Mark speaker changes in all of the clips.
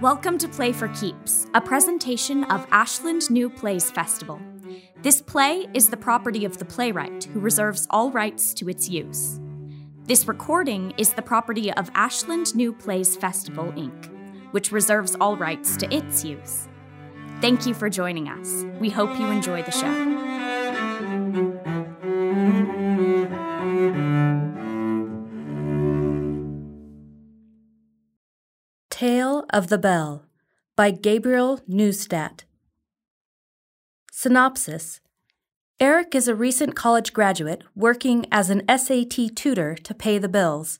Speaker 1: Welcome to Play for Keeps, a presentation of Ashland New Plays Festival. This play is the property of the playwright, who reserves all rights to its use. This recording is the property of Ashland New Plays Festival, Inc., which reserves all rights to its use. Thank you for joining us. We hope you enjoy the show.
Speaker 2: Tale of the Bell by Gabriel Neustadt. Synopsis Eric is a recent college graduate working as an SAT tutor to pay the bills.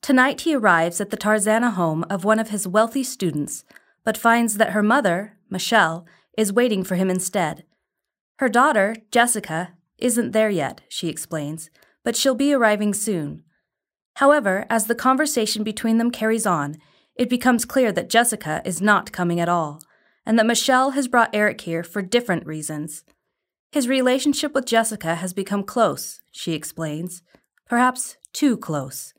Speaker 2: Tonight he arrives at the Tarzana home of one of his wealthy students, but finds that her mother, Michelle, is waiting for him instead. Her daughter, Jessica, isn't there yet, she explains, but she'll be arriving soon. However, as the conversation between them carries on, it becomes clear that Jessica is not coming at all, and that Michelle has brought Eric here for different reasons. His relationship with Jessica has become close, she explains, perhaps too close.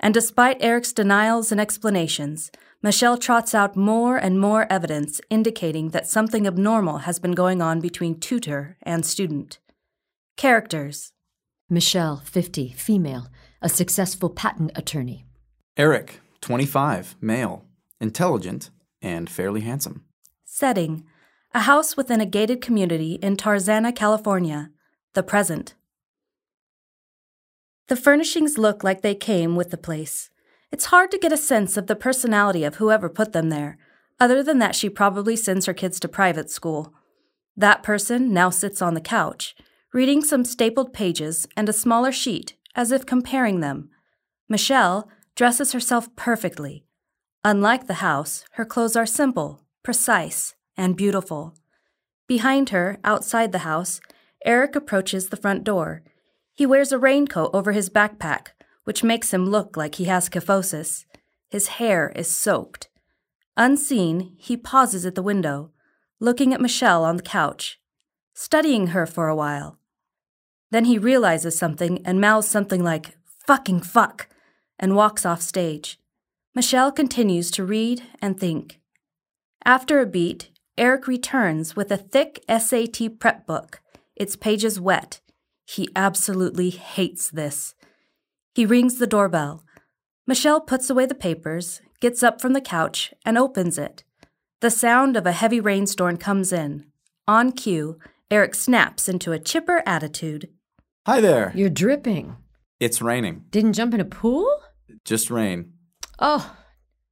Speaker 2: And despite Eric's denials and explanations, Michelle trots out more and more evidence indicating that something abnormal has been going on between tutor and student. Characters
Speaker 3: Michelle, 50, female, a successful patent attorney.
Speaker 4: Eric, 25, male, intelligent, and fairly handsome.
Speaker 2: Setting A house within a gated community in Tarzana, California. The present. The furnishings look like they came with the place. It's hard to get a sense of the personality of whoever put them there, other than that she probably sends her kids to private school. That person now sits on the couch, reading some stapled pages and a smaller sheet, as if comparing them. Michelle, dresses herself perfectly. Unlike the house, her clothes are simple, precise, and beautiful. Behind her, outside the house, Eric approaches the front door. He wears a raincoat over his backpack, which makes him look like he has kyphosis. His hair is soaked. Unseen, he pauses at the window, looking at Michelle on the couch, studying her for a while. Then he realizes something and mouths something like, fucking fuck, and walks off stage. Michelle continues to read and think. After a beat, Eric returns with a thick SAT prep book, its pages wet. He absolutely hates this. He rings the doorbell. Michelle puts away the papers, gets up from the couch, and opens it. The sound of a heavy rainstorm comes in. On cue, Eric snaps into a chipper attitude.
Speaker 4: Hi there.
Speaker 3: You're dripping.
Speaker 4: It's raining.
Speaker 3: Didn't jump in a pool?
Speaker 4: Just rain.
Speaker 3: Oh,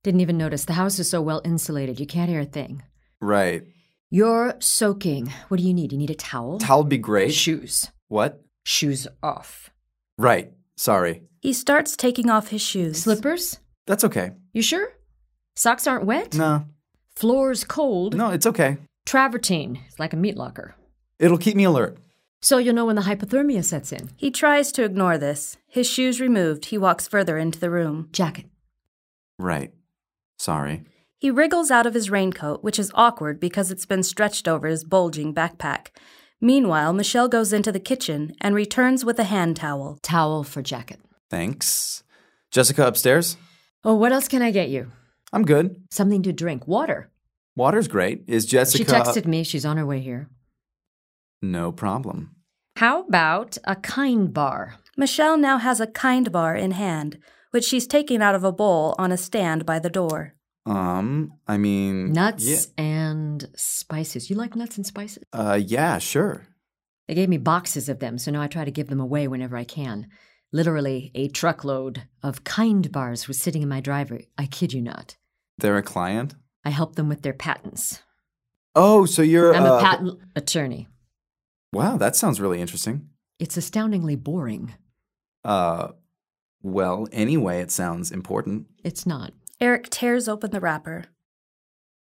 Speaker 3: didn't even notice. The house is so well insulated, you can't hear a thing.
Speaker 4: Right.
Speaker 3: You're soaking. What do you need? You need a towel?
Speaker 4: Towel'd be great.
Speaker 3: Shoes.
Speaker 4: What?
Speaker 3: Shoes off.
Speaker 4: Right. Sorry.
Speaker 2: He starts taking off his shoes.
Speaker 3: Slippers?
Speaker 4: That's okay.
Speaker 3: You sure? Socks aren't wet?
Speaker 4: No.
Speaker 3: Floor's cold?
Speaker 4: No, it's okay.
Speaker 3: Travertine. It's like a meat locker.
Speaker 4: It'll keep me alert.
Speaker 3: So you'll know when the hypothermia sets in.
Speaker 2: He tries to ignore this. His shoes removed, he walks further into the room.
Speaker 3: Jacket.
Speaker 4: Right. Sorry.
Speaker 2: He wriggles out of his raincoat, which is awkward because it's been stretched over his bulging backpack. Meanwhile, Michelle goes into the kitchen and returns with a hand towel.
Speaker 3: Towel for jacket.
Speaker 4: Thanks. Jessica upstairs?
Speaker 3: Oh, what else can I get you?
Speaker 4: I'm good.
Speaker 3: Something to drink. Water.
Speaker 4: Water's great. Is Jessica.
Speaker 3: She texted me. She's on her way here.
Speaker 4: No problem.
Speaker 3: How about a kind bar?
Speaker 2: Michelle now has a kind bar in hand, which she's taking out of a bowl on a stand by the door.
Speaker 4: Um, I mean.
Speaker 3: Nuts
Speaker 4: Yeah,
Speaker 3: and spices. You like nuts and spices?
Speaker 4: uh, yeah sure.
Speaker 3: They gave me boxes of them, so now I try to give them away whenever I can. Literally, a truckload of kind bars was sitting in my driveway. I kid you not.
Speaker 4: They're a client?
Speaker 3: I help them with their patents.
Speaker 4: Oh, so you're.
Speaker 3: I'm
Speaker 4: uh,
Speaker 3: a patent attorney.
Speaker 4: Wow, that sounds really interesting.
Speaker 3: It's astoundingly boring.
Speaker 4: Uh, well, anyway, it sounds important.
Speaker 3: It's not.
Speaker 2: Eric tears open the wrapper.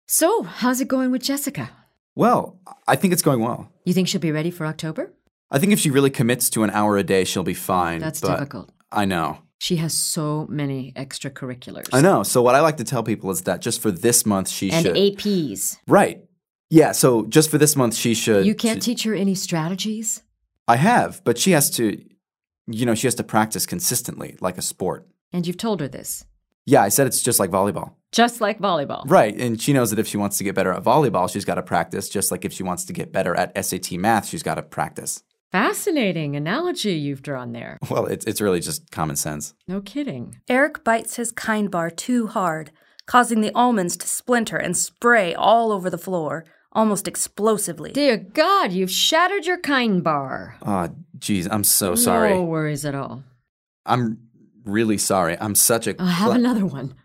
Speaker 3: So, how's it going with Jessica?
Speaker 4: Well, I think it's going well.
Speaker 3: You think she'll be ready for October?
Speaker 4: I think if she really commits to an hour a day, she'll be fine.
Speaker 3: That's
Speaker 4: but
Speaker 3: difficult.
Speaker 4: I know.
Speaker 3: She has so many extracurriculars.
Speaker 4: I know. So what I like to tell people is that just for this month, she
Speaker 3: And
Speaker 4: should.
Speaker 3: APs.
Speaker 4: Right. Yeah. So just for this month, she should.
Speaker 3: You can't
Speaker 4: she-
Speaker 3: teach her any strategies?
Speaker 4: I have, but she has to. You know, she has to practice consistently, like a sport.
Speaker 3: And you've told her this.
Speaker 4: Yeah, I said it's just like volleyball.
Speaker 3: Just like volleyball.
Speaker 4: Right. And she knows that if she wants to get better at volleyball, she's got to practice, just like if she wants to get better at SAT math, she's got to practice.
Speaker 3: Fascinating analogy you've drawn there.
Speaker 4: Well, it's, it's really just common sense.
Speaker 3: No kidding.
Speaker 2: Eric bites his kind bar too hard, causing the almonds to splinter and spray all over the floor, almost explosively.
Speaker 3: Dear God, you've shattered your kind bar.
Speaker 4: Oh, geez, I'm so Oh, sorry.
Speaker 3: No worries at all.
Speaker 4: I'm really sorry. I'm such a.
Speaker 3: I have
Speaker 4: cla-
Speaker 3: another one.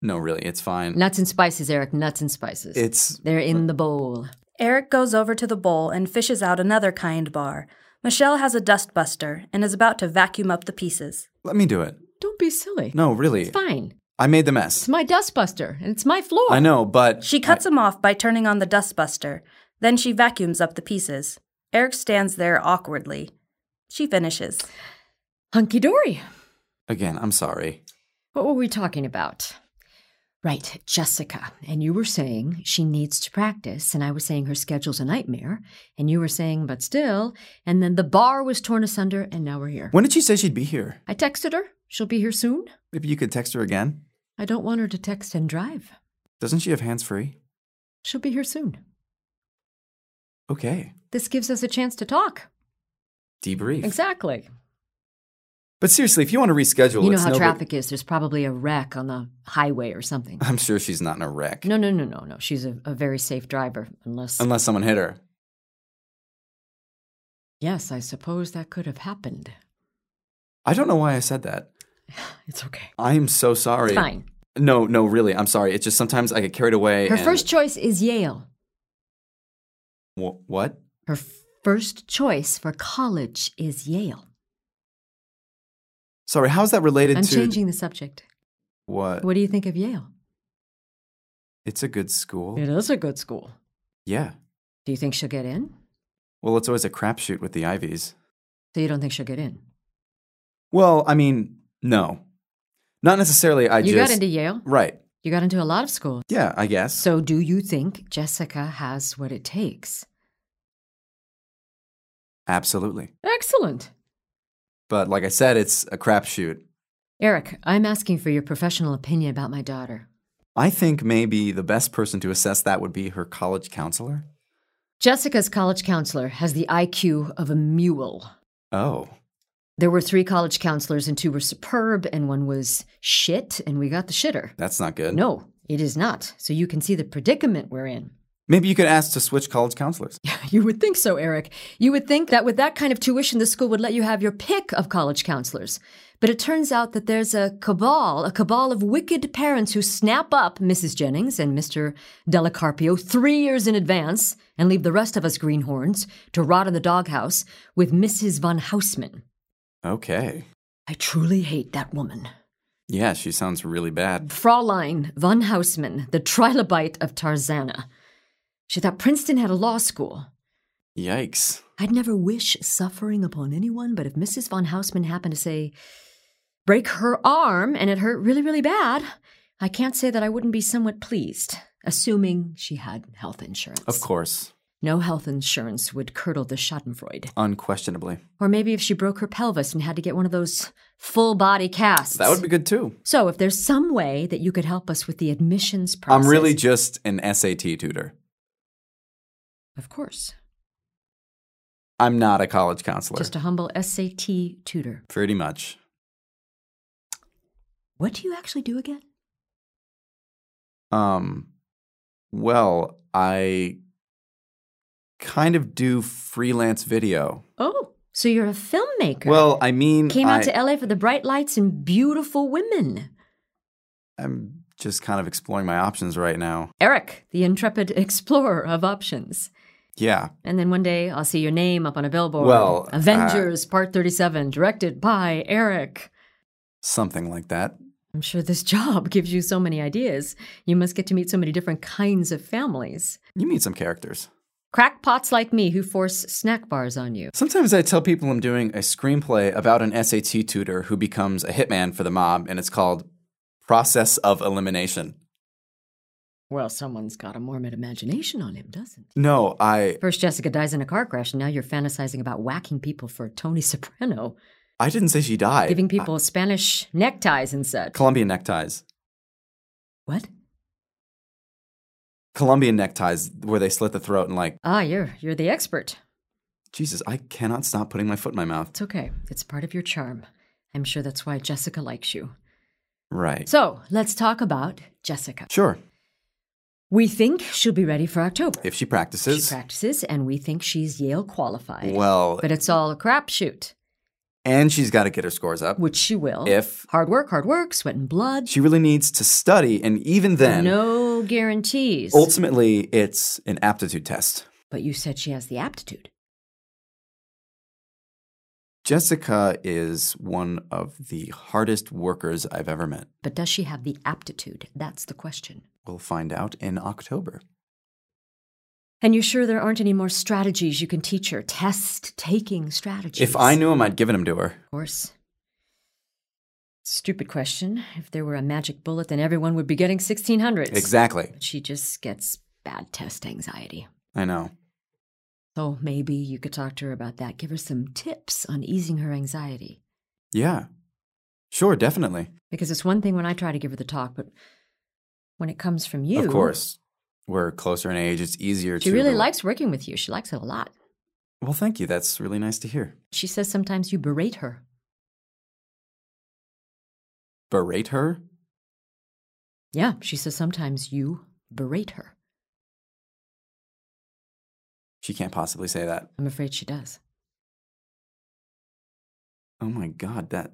Speaker 4: No, really, it's fine.
Speaker 3: Nuts and spices, Eric. Nuts and spices.
Speaker 4: It's
Speaker 3: They're in the bowl.
Speaker 2: Eric goes over to the bowl and fishes out another kind bar. Michelle has a dustbuster and is about to vacuum up the pieces.
Speaker 4: let me do it.
Speaker 3: Don't be silly.
Speaker 4: No, really,
Speaker 3: It's fine.
Speaker 4: I made the
Speaker 3: It's
Speaker 4: mess.
Speaker 3: my dustbuster, and it's my floor.
Speaker 4: I know, but
Speaker 2: She cuts him off by turning on the dustbuster. Then she vacuums up the pieces. Eric stands there awkwardly. She finishes.
Speaker 3: Hunky dory.
Speaker 4: again. I'm sorry.
Speaker 3: What were we talking about? Right, Jessica. And you were saying she needs to practice, and I was saying her schedule's a nightmare, and you were saying, but still. And then the bar was torn asunder, and now we're here.
Speaker 4: When did she say she'd be here?
Speaker 3: I texted her. She'll be here soon.
Speaker 4: Maybe you could text her again.
Speaker 3: I don't want her to text and drive.
Speaker 4: Doesn't she have hands free?
Speaker 3: She'll be here soon.
Speaker 4: Okay,
Speaker 3: This gives us a chance to talk.
Speaker 4: debrief.
Speaker 3: Exactly.
Speaker 4: But seriously, if you want to reschedule,
Speaker 3: you know
Speaker 4: it's
Speaker 3: how
Speaker 4: no big-
Speaker 3: traffic is. There's probably a wreck on the highway or something.
Speaker 4: I'm sure she's not in a wreck.
Speaker 3: No, no, no, no, no. She's a, a very safe driver, unless.
Speaker 4: Unless someone hit her.
Speaker 3: yes, I suppose that could have happened.
Speaker 4: I don't know why I said that.
Speaker 3: It's okay.
Speaker 4: I am so sorry.
Speaker 3: It's fine.
Speaker 4: No, no, really, I'm sorry. It's just sometimes I get carried away.
Speaker 3: Her
Speaker 4: and-
Speaker 3: first choice is Yale.
Speaker 4: Wh- what?
Speaker 3: Her f- first choice for college is Yale.
Speaker 4: Sorry, how's that related
Speaker 3: I'm
Speaker 4: to
Speaker 3: changing the subject.
Speaker 4: what?
Speaker 3: What do you think of Yale?
Speaker 4: It's a good school.
Speaker 3: It is a good school.
Speaker 4: Yeah.
Speaker 3: Do you think she'll get in?
Speaker 4: Well, it's always a crapshoot with the Ivies.
Speaker 3: So you don't think she'll get in?
Speaker 4: Well, I mean, no, not necessarily. I
Speaker 3: you
Speaker 4: just
Speaker 3: got into Yale.
Speaker 4: right.
Speaker 3: You got into a lot of schools.
Speaker 4: Yeah, I guess.
Speaker 3: So do you think Jessica has what it takes?
Speaker 4: Absolutely.
Speaker 3: Excellent.
Speaker 4: But like I said, it's a crapshoot.
Speaker 3: Eric, I'm asking for your professional opinion about my daughter.
Speaker 4: I think maybe the best person to assess that would be her college counselor.
Speaker 3: Jessica's college counselor has the IQ of a mule.
Speaker 4: Oh,
Speaker 3: There were three college counselors, and two were superb, and one was shit, and we got the shitter.
Speaker 4: that's not good.
Speaker 3: No, it is not. So you can see the predicament we're in.
Speaker 4: Maybe you could ask to switch college counselors.
Speaker 3: You would think so, Eric. You would think that with that kind of tuition, the school would let you have your pick of college counselors. But it turns out that there's a cabal, a cabal of wicked parents who snap up Mrs. Jennings and Mr. Delacarpio three years in advance and leave the rest of us greenhorns to rot in the doghouse with Mrs. von Hausman.
Speaker 4: Okay.
Speaker 3: I truly hate that woman.
Speaker 4: Yeah, she sounds really bad.
Speaker 3: Fraulein von Hausman, the trilobite of Tarzana. She thought Princeton had a law school.
Speaker 4: Yikes.
Speaker 3: I'd never wish suffering upon anyone, but if Mrs. von Hausman happened to say, break her arm and it hurt really, really bad, I can't say that I wouldn't be somewhat pleased, assuming she had health insurance.
Speaker 4: Of course.
Speaker 3: No health insurance would curdle the Schadenfreude.
Speaker 4: Unquestionably.
Speaker 3: Or maybe if she broke her pelvis and had to get one of those full body casts.
Speaker 4: That would be good too.
Speaker 3: So, if there's some way that you could help us with the admissions process.
Speaker 4: I'm really just an SAT tutor.
Speaker 3: Of course.
Speaker 4: I'm not a college counselor.
Speaker 3: Just a humble SAT tutor.
Speaker 4: Pretty much.
Speaker 3: What do you actually do again?
Speaker 4: Um, well, I kind of do freelance video.
Speaker 3: Oh, so you're a filmmaker.
Speaker 4: Well, I mean,
Speaker 3: came out
Speaker 4: I,
Speaker 3: to LA for the bright lights and beautiful women.
Speaker 4: I'm just kind of exploring my options right now.
Speaker 3: Eric, the intrepid explorer of options.
Speaker 4: Yeah,
Speaker 3: And then one day I'll see your name up on a billboard.
Speaker 4: Well,
Speaker 3: Avengers Part 37, directed by Eric.
Speaker 4: something like that.
Speaker 3: I'm sure this job gives you so many ideas. You must get to meet so many different kinds of families.
Speaker 4: You meet some characters.
Speaker 3: Crackpots like me who force snack bars on you.
Speaker 4: Sometimes I tell people I'm doing a screenplay about an SAT tutor who becomes a hitman for the mob, and it's called Process of Elimination.
Speaker 3: Well, someone's got a morbid imagination on him, doesn't he?
Speaker 4: No, I
Speaker 3: First, Jessica dies in a car crash, and now you're fantasizing about whacking people for Tony Soprano.
Speaker 4: I didn't say she died.
Speaker 3: giving people Spanish neckties and such.
Speaker 4: Colombian neckties.
Speaker 3: What?
Speaker 4: Colombian neckties where they slit the throat and like,
Speaker 3: Ah, you're you're the expert.
Speaker 4: Jesus, I cannot stop putting my foot in my mouth.
Speaker 3: It's okay. It's part of your charm. I'm sure that's why Jessica likes you.
Speaker 4: Right.
Speaker 3: So let's talk about Jessica.
Speaker 4: sure.
Speaker 3: We think she'll be ready for October.
Speaker 4: If she practices,
Speaker 3: She practices, and we think she's Yale qualified.
Speaker 4: well,
Speaker 3: but it's all a crapshoot,
Speaker 4: and she's got to get her scores up.
Speaker 3: which she will.
Speaker 4: If-
Speaker 3: hard work, hard work, sweat and blood.
Speaker 4: She really needs to study, and even then,
Speaker 3: no guarantees.
Speaker 4: ultimately, it's an aptitude test.
Speaker 3: but you said she has the aptitude.
Speaker 4: Jessica is one of the hardest workers I've ever met.
Speaker 3: But does she have the aptitude? That's the question.
Speaker 4: We'll find out in October.
Speaker 3: And you sure there aren't any more strategies you can teach her? Test taking strategies.
Speaker 4: If I knew him, I'd given him to her.
Speaker 3: Of course. Stupid question. If there were a magic bullet, then everyone would be getting 1600s.
Speaker 4: Exactly.
Speaker 3: But she just gets bad test anxiety.
Speaker 4: I know.
Speaker 3: So maybe you could talk to her about that. Give her some tips on easing her anxiety.
Speaker 4: Yeah. Sure, definitely.
Speaker 3: Because it's one thing when I try to give her the talk, but when it comes from you.
Speaker 4: Of course. We're closer in age. It's easier
Speaker 3: She
Speaker 4: to.
Speaker 3: really
Speaker 4: rel-
Speaker 3: likes working with you. She likes it a lot.
Speaker 4: Well, thank you. That's really nice to hear.
Speaker 3: She says sometimes you berate her.
Speaker 4: Berate her?
Speaker 3: Yeah, she says sometimes you berate her.
Speaker 4: She can't possibly say that.
Speaker 3: I'm afraid she does.
Speaker 4: Oh my God, that.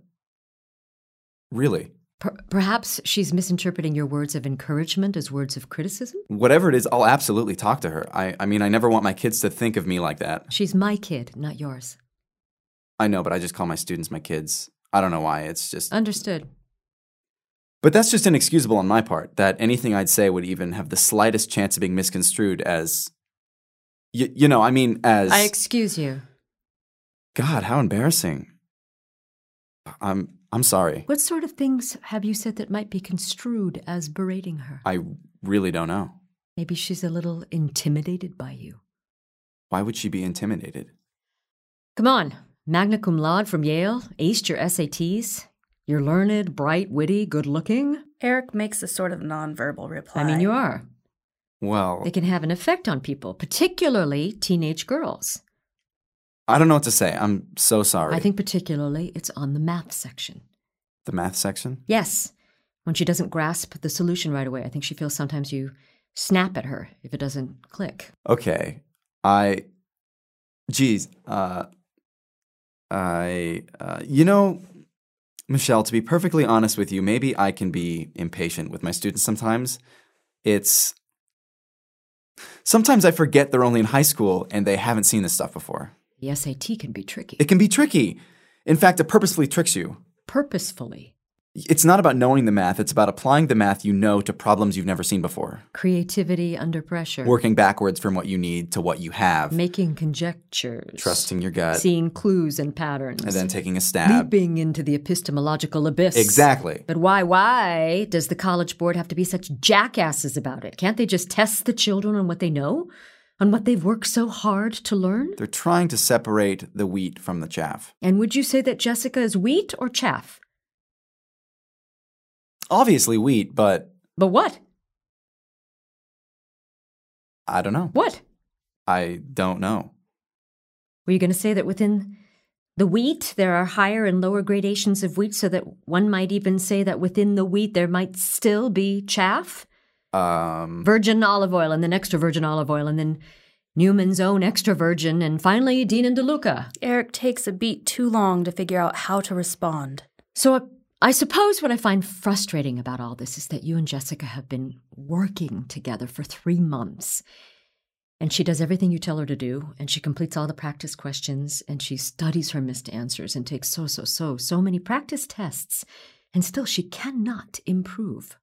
Speaker 4: Really?
Speaker 3: Per- perhaps she's misinterpreting your words of encouragement as words of criticism?
Speaker 4: Whatever it is, I'll absolutely talk to her. I, I mean, I never want my kids to think of me like that.
Speaker 3: She's my kid, not yours.
Speaker 4: I know, but I just call my students my kids. I don't know why. It's just.
Speaker 3: Understood.
Speaker 4: But that's just inexcusable on my part that anything I'd say would even have the slightest chance of being misconstrued as. Y- you know, I mean, as.
Speaker 3: I excuse you.
Speaker 4: God, how embarrassing. I'm I'm sorry.
Speaker 3: What sort of things have you said that might be construed as berating her?
Speaker 4: I really don't know.
Speaker 3: Maybe she's a little intimidated by you.
Speaker 4: Why would she be intimidated?
Speaker 3: Come on, magna cum laude from Yale, aced your SATs. You're learned, bright, witty, good looking.
Speaker 2: Eric makes a sort of nonverbal reply.
Speaker 3: I mean, you are.
Speaker 4: Well,
Speaker 3: They can have an effect on people, particularly teenage girls.
Speaker 4: I don't know what to say. I'm so sorry.
Speaker 3: I think, particularly, it's on the math section.
Speaker 4: the math section.
Speaker 3: Yes, when she doesn't grasp the solution right away, I think she feels sometimes you snap at her if it doesn't click.
Speaker 4: Okay. I Geez, uh I uh you know Michelle, to be perfectly honest with you, maybe I can be impatient with my students sometimes. It's Sometimes I forget they're only in high school and they haven't seen this stuff before.
Speaker 3: The SAT can be tricky.
Speaker 4: It can be tricky. In fact, it purposefully tricks you.
Speaker 3: Purposefully,
Speaker 4: It's not about knowing the math, it's about applying the math you know to problems you've never seen before.
Speaker 3: creativity under pressure,
Speaker 4: Working backwards from what you need to what you have.
Speaker 3: making conjectures,
Speaker 4: trusting your gut.
Speaker 3: seeing clues and patterns,
Speaker 4: and then taking a stab.
Speaker 3: leaping into the epistemological abyss.
Speaker 4: Exactly.
Speaker 3: But why, why does the college board have to be such jackasses about it? Can't they just test the children on what they know, on what they've worked so hard to learn?
Speaker 4: They're trying to separate the wheat from the chaff.
Speaker 3: And would you say that Jessica is wheat or chaff?
Speaker 4: Obviously, wheat, but
Speaker 3: But what?
Speaker 4: I don't know.
Speaker 3: What?
Speaker 4: I don't know.
Speaker 3: Were you going to say that within the wheat there are higher and lower gradations of wheat, so that one might even say that within the wheat there might still be chaff?
Speaker 4: Um,
Speaker 3: Virgin olive oil and then extra virgin olive oil and then Newman's own extra virgin and finally Dean and DeLuca.
Speaker 2: Eric takes a beat too long to figure out how to respond.
Speaker 3: So I, I suppose what I find frustrating about all this is that you and Jessica have been working together for three months. And she does everything you tell her to do, and she completes all the practice questions, and she studies her missed answers and takes so, so, so, so many practice tests. And still, she cannot improve.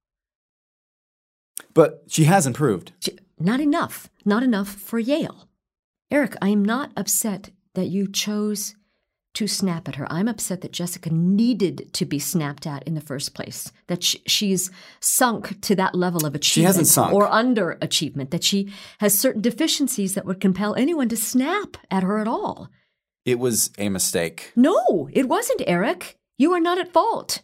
Speaker 4: but she has improved.
Speaker 3: She- not enough. Not enough for Yale. Eric, I am not upset that you chose to snap at her. I'm upset that Jessica needed to be snapped at in the first place. That she, she's sunk to that level of achievement
Speaker 4: hasn't sunk.
Speaker 3: or underachievement. That she has certain deficiencies that would compel anyone to snap at her at all.
Speaker 4: It was a mistake.
Speaker 3: No, it wasn't, Eric. You are not at fault.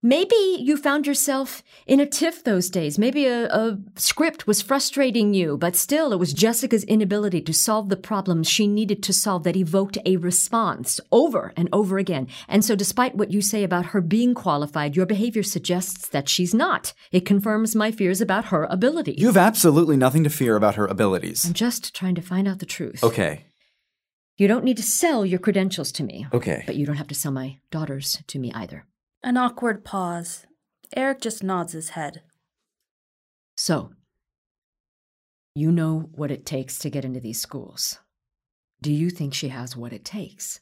Speaker 3: Maybe you found yourself in a tiff those days. Maybe a, a script was frustrating you, but still it was Jessica's inability to solve the problem she needed to solve that evoked a response over and over again. And so, despite what you say about her being qualified, your behavior suggests that she's not. It confirms my fears about her ability.
Speaker 4: You have absolutely nothing to fear about her abilities.
Speaker 3: I'm just trying to find out the truth.
Speaker 4: Okay.
Speaker 3: You don't need to sell your credentials to me,
Speaker 4: Okay.
Speaker 3: but you don't have to sell my daughters to me either.
Speaker 2: An awkward pause. Eric just nods his head.
Speaker 3: So, you know what it takes to get into these schools. Do you think she has what it takes?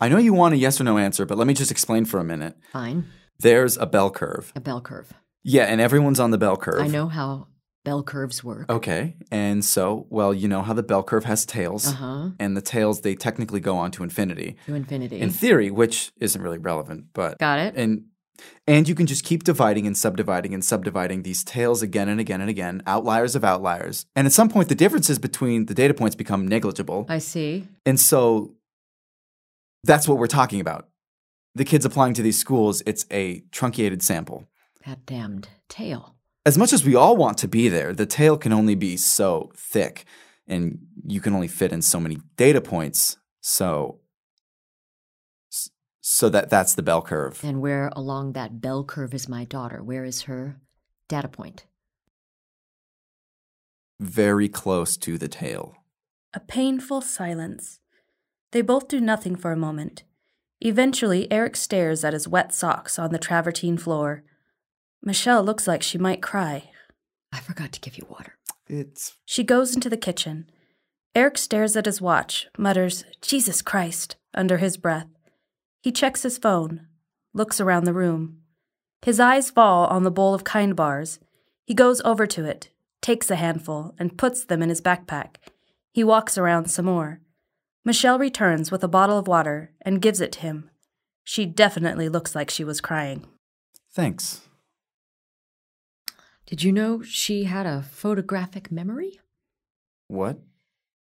Speaker 4: I know you want a yes or no answer, but let me just explain for a minute.
Speaker 3: Fine,
Speaker 4: There's a bell curve.
Speaker 3: a bell curve.
Speaker 4: Yeah, and everyone's on the bell curve.
Speaker 3: I know how bell curves work.
Speaker 4: Okay. And so, well, you know how the bell curve has tails,
Speaker 3: Uh huh.
Speaker 4: and the tails, they technically go on to infinity.
Speaker 3: To infinity.
Speaker 4: In theory, which isn't really relevant, but
Speaker 3: Got it.
Speaker 4: and and you can just keep dividing and subdividing and subdividing these tails again and again and again, outliers of outliers. And at some point the differences between the data points become negligible.
Speaker 3: I see.
Speaker 4: And so that's what we're talking about. The kids applying to these schools, it's a truncated sample.
Speaker 3: That damned tail.
Speaker 4: As much as we all want to be there, the tail can only be so thick and you can only fit in so many data points. So s- so that that's the bell curve.
Speaker 3: And where along that bell curve is my daughter? Where is her data point?
Speaker 4: Very close to the tail.
Speaker 2: A painful silence. They both do nothing for a moment. Eventually, Eric stares at his wet socks on the travertine floor. Michelle looks like she might cry.
Speaker 3: I forgot to give you water.
Speaker 4: It's
Speaker 2: She goes into the kitchen. Eric stares at his watch, mutters, Jesus Christ, under his breath. He checks his phone, looks around the room. His eyes fall on the bowl of kind bars. He goes over to it, takes a handful, and puts them in his backpack. He walks around some more. Michelle returns with a bottle of water and gives it to him. She definitely looks like she was crying.
Speaker 4: thanks.
Speaker 3: Did you know she had a photographic memory?
Speaker 4: What?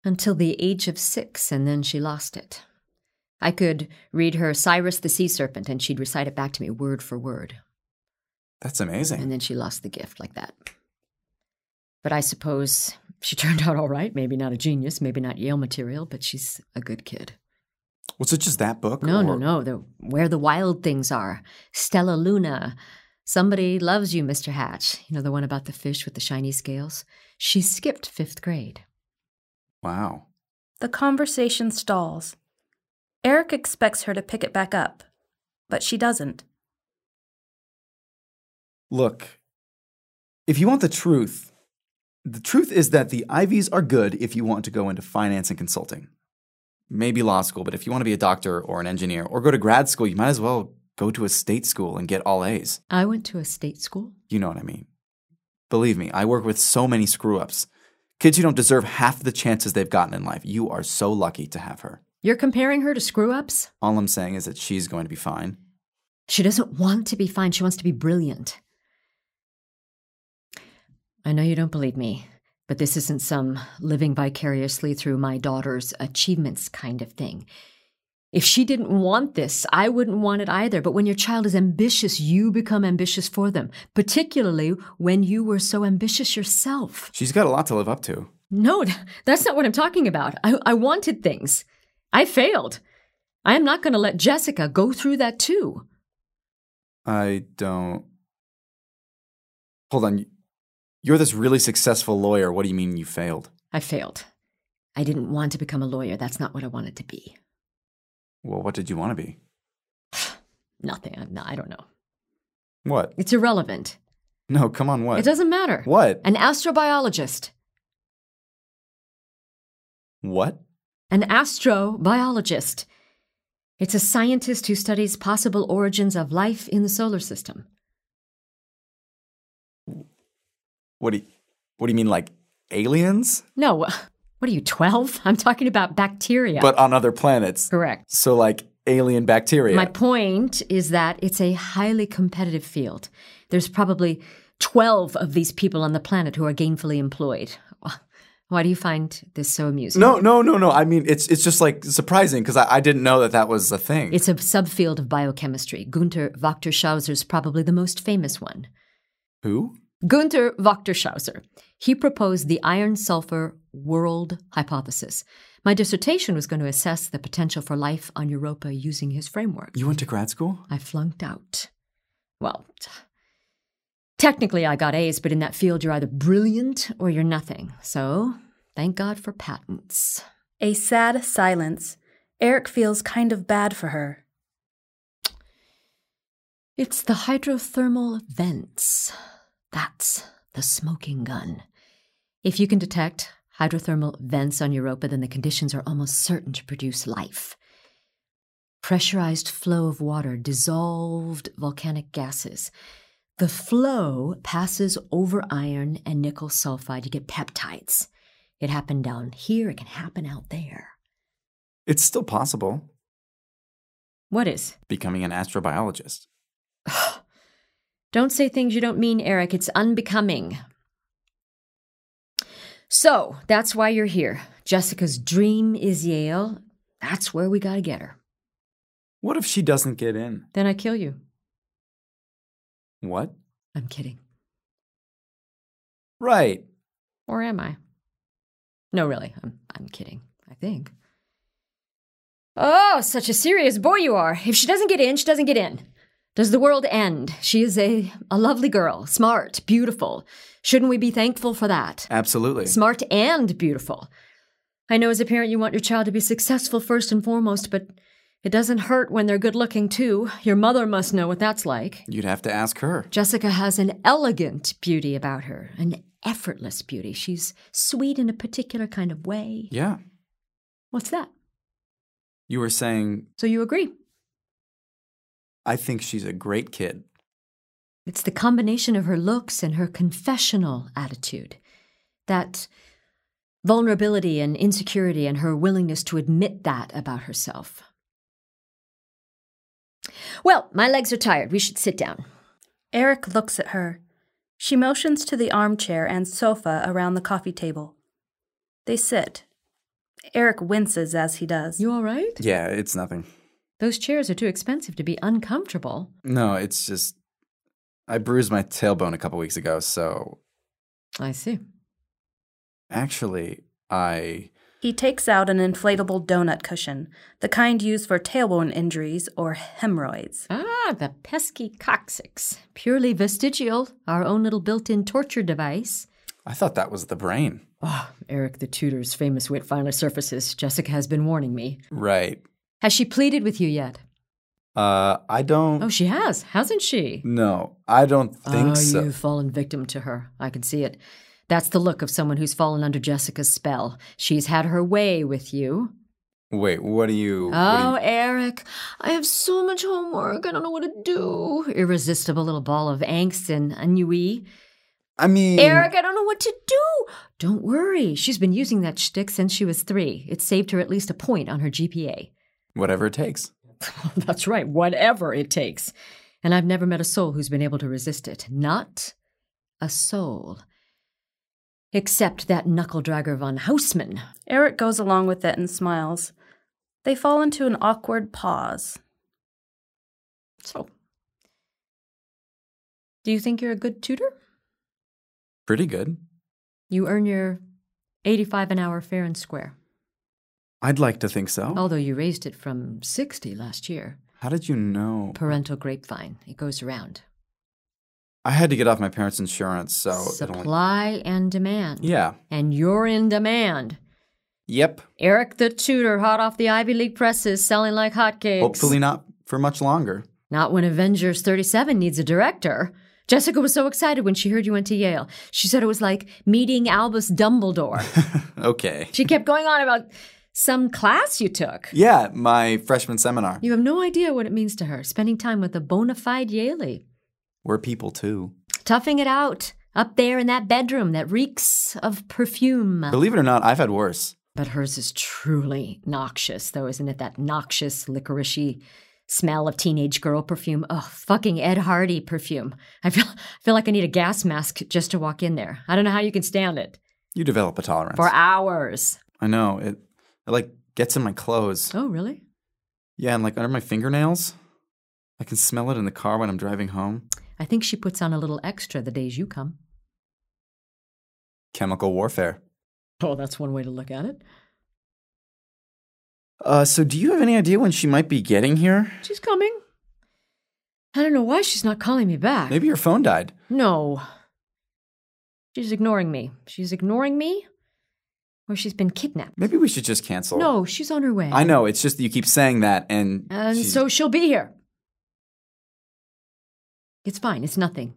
Speaker 3: until the age of six, and then she lost it. I could read her Cyrus the Sea Serpent, and she'd recite it back to me word for word.
Speaker 4: That's amazing.
Speaker 3: And then she lost the gift like that. But I suppose she turned out all right. Maybe not a genius, maybe not Yale material, but she's a good kid.
Speaker 4: Was it just that book?
Speaker 3: No, no,
Speaker 4: or-
Speaker 3: no. The, where the wild things are. Stella Luna. Somebody loves you, Mr. Hatch. You know, the one about the fish with the shiny scales? She skipped fifth grade.
Speaker 4: Wow.
Speaker 2: The conversation stalls. Eric expects her to pick it back up, but she doesn't.
Speaker 4: Look, if you want the truth, the truth is that the Ivies are good if you want to go into finance and consulting. Maybe law school, but if you want to be a doctor or an engineer or go to grad school, you might as well go to a state school and get all A's.
Speaker 3: I went to a state school.
Speaker 4: You know what I mean. Believe me, I work with so many screw ups. Kids who don't deserve half the chances they've gotten in life. You are so lucky to have her.
Speaker 3: You're comparing her to screw ups?
Speaker 4: All I'm saying is that she's going to be fine.
Speaker 3: She doesn't want to be fine. She wants to be brilliant. I know you don't believe me, but this isn't some living vicariously through my daughter's achievements kind of thing. If she didn't want this, I wouldn't want it either. But when your child is ambitious, you become ambitious for them, particularly when you were so ambitious yourself.
Speaker 4: She's got a lot to live up to.
Speaker 3: No, th- that's not what I'm talking about. I, I wanted things. I failed. I am not going to let Jessica go through that too.
Speaker 4: I don't. Hold on. You're this really successful lawyer. What do you mean you failed?
Speaker 3: I failed. I didn't want to become a lawyer. That's not what I wanted to be.
Speaker 4: Well, what did you want to be?
Speaker 3: Nothing. I'm not, I don't know.
Speaker 4: What?
Speaker 3: It's irrelevant.
Speaker 4: No, come on, what?
Speaker 3: It doesn't matter.
Speaker 4: What?
Speaker 3: An astrobiologist.
Speaker 4: What?
Speaker 3: An astrobiologist. It's a scientist who studies possible origins of life in the solar system.
Speaker 4: What do you, what do you mean, like aliens?
Speaker 3: No, what are you, 12? I'm talking about bacteria.
Speaker 4: But on other planets.
Speaker 3: Correct.
Speaker 4: So, like alien bacteria.
Speaker 3: My point is that it's a highly competitive field. There's probably 12 of these people on the planet who are gainfully employed. Why do you find this so amusing?
Speaker 4: No, no, no, no. I mean, it's it's just like surprising because I, I didn't know that that was a thing.
Speaker 3: It's a subfield of biochemistry. Gunther Wachter-Schauser's probably the most famous one.
Speaker 4: Who?
Speaker 3: Gunther Wachter-Schauser. He proposed the iron sulfur world hypothesis. My dissertation was going to assess the potential for life on Europa using his framework.
Speaker 4: You went to grad school?
Speaker 3: I flunked out. Well, t- technically I got A's, but in that field you're either brilliant or you're nothing. So, thank God for patents.
Speaker 2: A sad silence. Eric feels kind of bad for her.
Speaker 3: It's the hydrothermal vents. That's the smoking gun. If you can detect hydrothermal vents on Europa, then the conditions are almost certain to produce life. Pressurized flow of water, dissolved volcanic gases. The flow passes over iron and nickel sulfide. You get peptides. It happened down here, it can happen out there.
Speaker 4: It's still possible.
Speaker 3: What is?
Speaker 4: Becoming an astrobiologist.
Speaker 3: Don't say things you don't mean, Eric. It's unbecoming. So that's why you're here. Jessica's dream is Yale. That's where we gotta get her.
Speaker 4: What if she doesn't get in?
Speaker 3: Then I kill you.
Speaker 4: What?
Speaker 3: I'm kidding.
Speaker 4: Right.
Speaker 3: Or am I? No, really. I'm, I'm kidding. I think. Oh, such a serious boy you are. If she doesn't get in, she doesn't get in. Does the world end? She is a, a lovely girl, smart, beautiful. Shouldn't we be thankful for that?
Speaker 4: Absolutely.
Speaker 3: Smart and beautiful. I know as a parent you want your child to be successful first and foremost, but it doesn't hurt when they're good looking too. Your mother must know what that's like.
Speaker 4: You'd have to ask her.
Speaker 3: Jessica has an elegant beauty about her, an effortless beauty. She's sweet in a particular kind of way.
Speaker 4: Yeah.
Speaker 3: What's that?
Speaker 4: You were saying,
Speaker 3: So you agree?
Speaker 4: I think she's a great kid.
Speaker 3: It's the combination of her looks and her confessional attitude. That vulnerability and insecurity and her willingness to admit that about herself. Well, my legs are tired. We should sit down.
Speaker 2: Eric looks at her. She motions to the armchair and sofa around the coffee table. They sit. Eric winces as he does.
Speaker 3: You all right?
Speaker 4: Yeah, it's nothing.
Speaker 3: Those chairs are too expensive to be uncomfortable.
Speaker 4: No, it's just I bruised my tailbone a couple weeks ago, so
Speaker 3: I see.
Speaker 4: actually I
Speaker 2: He takes out an inflatable donut cushion, the kind used for tailbone injuries or hemorrhoids.
Speaker 3: Ah, the pesky coccyx. Purely vestigial, our own little built in torture device.
Speaker 4: I thought that was the brain.
Speaker 3: Oh, Eric the Tutor's famous wit finally surfaces. Jessica has been warning me.
Speaker 4: Right.
Speaker 3: Has she pleaded with you yet?
Speaker 4: Uh I don't
Speaker 3: Oh, she has, hasn't she?
Speaker 4: No, I don't think
Speaker 3: oh,
Speaker 4: so.
Speaker 3: you've fallen victim to her. I can see it. That's the look of someone who's fallen under Jessica's spell. She's had her way with you.
Speaker 4: Wait, what do you what do
Speaker 3: Oh,
Speaker 4: you-
Speaker 3: Eric, I have so much homework. I don't know what to do. Irresistible little ball of angst and ennui.
Speaker 4: I mean
Speaker 3: Eric, I don't know what to do. Don't worry. She's been using that shtick since she was three. It saved her at least a point on her GPA.
Speaker 4: whatever it takes.
Speaker 3: That's right, whatever it takes. And I've never met a soul who's been able to resist it. Not a soul. Except that knuckle dragger von Hausmann.
Speaker 2: Eric goes along with it and smiles. They fall into an awkward pause.
Speaker 3: So, do you think you're a good tutor?
Speaker 4: Pretty good.
Speaker 3: You earn your 85 an hour fair and square,
Speaker 4: I'd like to think so.
Speaker 3: although you raised it from 60 last year.
Speaker 4: How did you know?
Speaker 3: Parental grapevine, it goes around.
Speaker 4: I had to get off my parents' insurance, so it only
Speaker 3: Supply and demand.
Speaker 4: Yeah.
Speaker 3: And you're in demand.
Speaker 4: Yep.
Speaker 3: Eric the Tutor, hot off the Ivy League presses, selling like hotcakes.
Speaker 4: Hopefully not for much longer.
Speaker 3: Not when Avengers 37 needs a director. Jessica was so excited when she heard you went to Yale. She said it was like meeting Albus Dumbledore.
Speaker 4: Okay.
Speaker 3: she kept going on about some class you took.
Speaker 4: Yeah, my freshman seminar.
Speaker 3: You have no idea what it means to her, spending time with a bona fide Yaley.
Speaker 4: We're people too.
Speaker 3: Toughing it out up there in that bedroom that reeks of perfume.
Speaker 4: Believe it or not, I've had worse.
Speaker 3: But hers is truly noxious, though, isn't it? That noxious, licoricey smell of teenage girl perfume. Oh, fucking Ed Hardy perfume. I feel, I feel like I need a gas mask just to walk in there. I don't know how you can stand it.
Speaker 4: You develop a tolerance.
Speaker 3: for hours.
Speaker 4: I know it. It like gets in my clothes.
Speaker 3: Oh, really?
Speaker 4: Yeah, and like under my fingernails. I can smell it in the car when I'm driving home.
Speaker 3: I think she puts on a little extra the days you come.
Speaker 4: Chemical warfare.
Speaker 3: Oh, that's one way to look at it.
Speaker 4: Uh, so do you have any idea when she might be getting here?
Speaker 3: She's coming. I don't know why she's not calling me back.
Speaker 4: Maybe your phone died.
Speaker 3: No. She's ignoring me. She's ignoring me, or she's been kidnapped.
Speaker 4: Maybe we should just cancel.
Speaker 3: No, she's on her way.
Speaker 4: I know. It's just that you keep saying that, and
Speaker 3: And
Speaker 4: she's-
Speaker 3: so she'll be here. It's fine. It's nothing.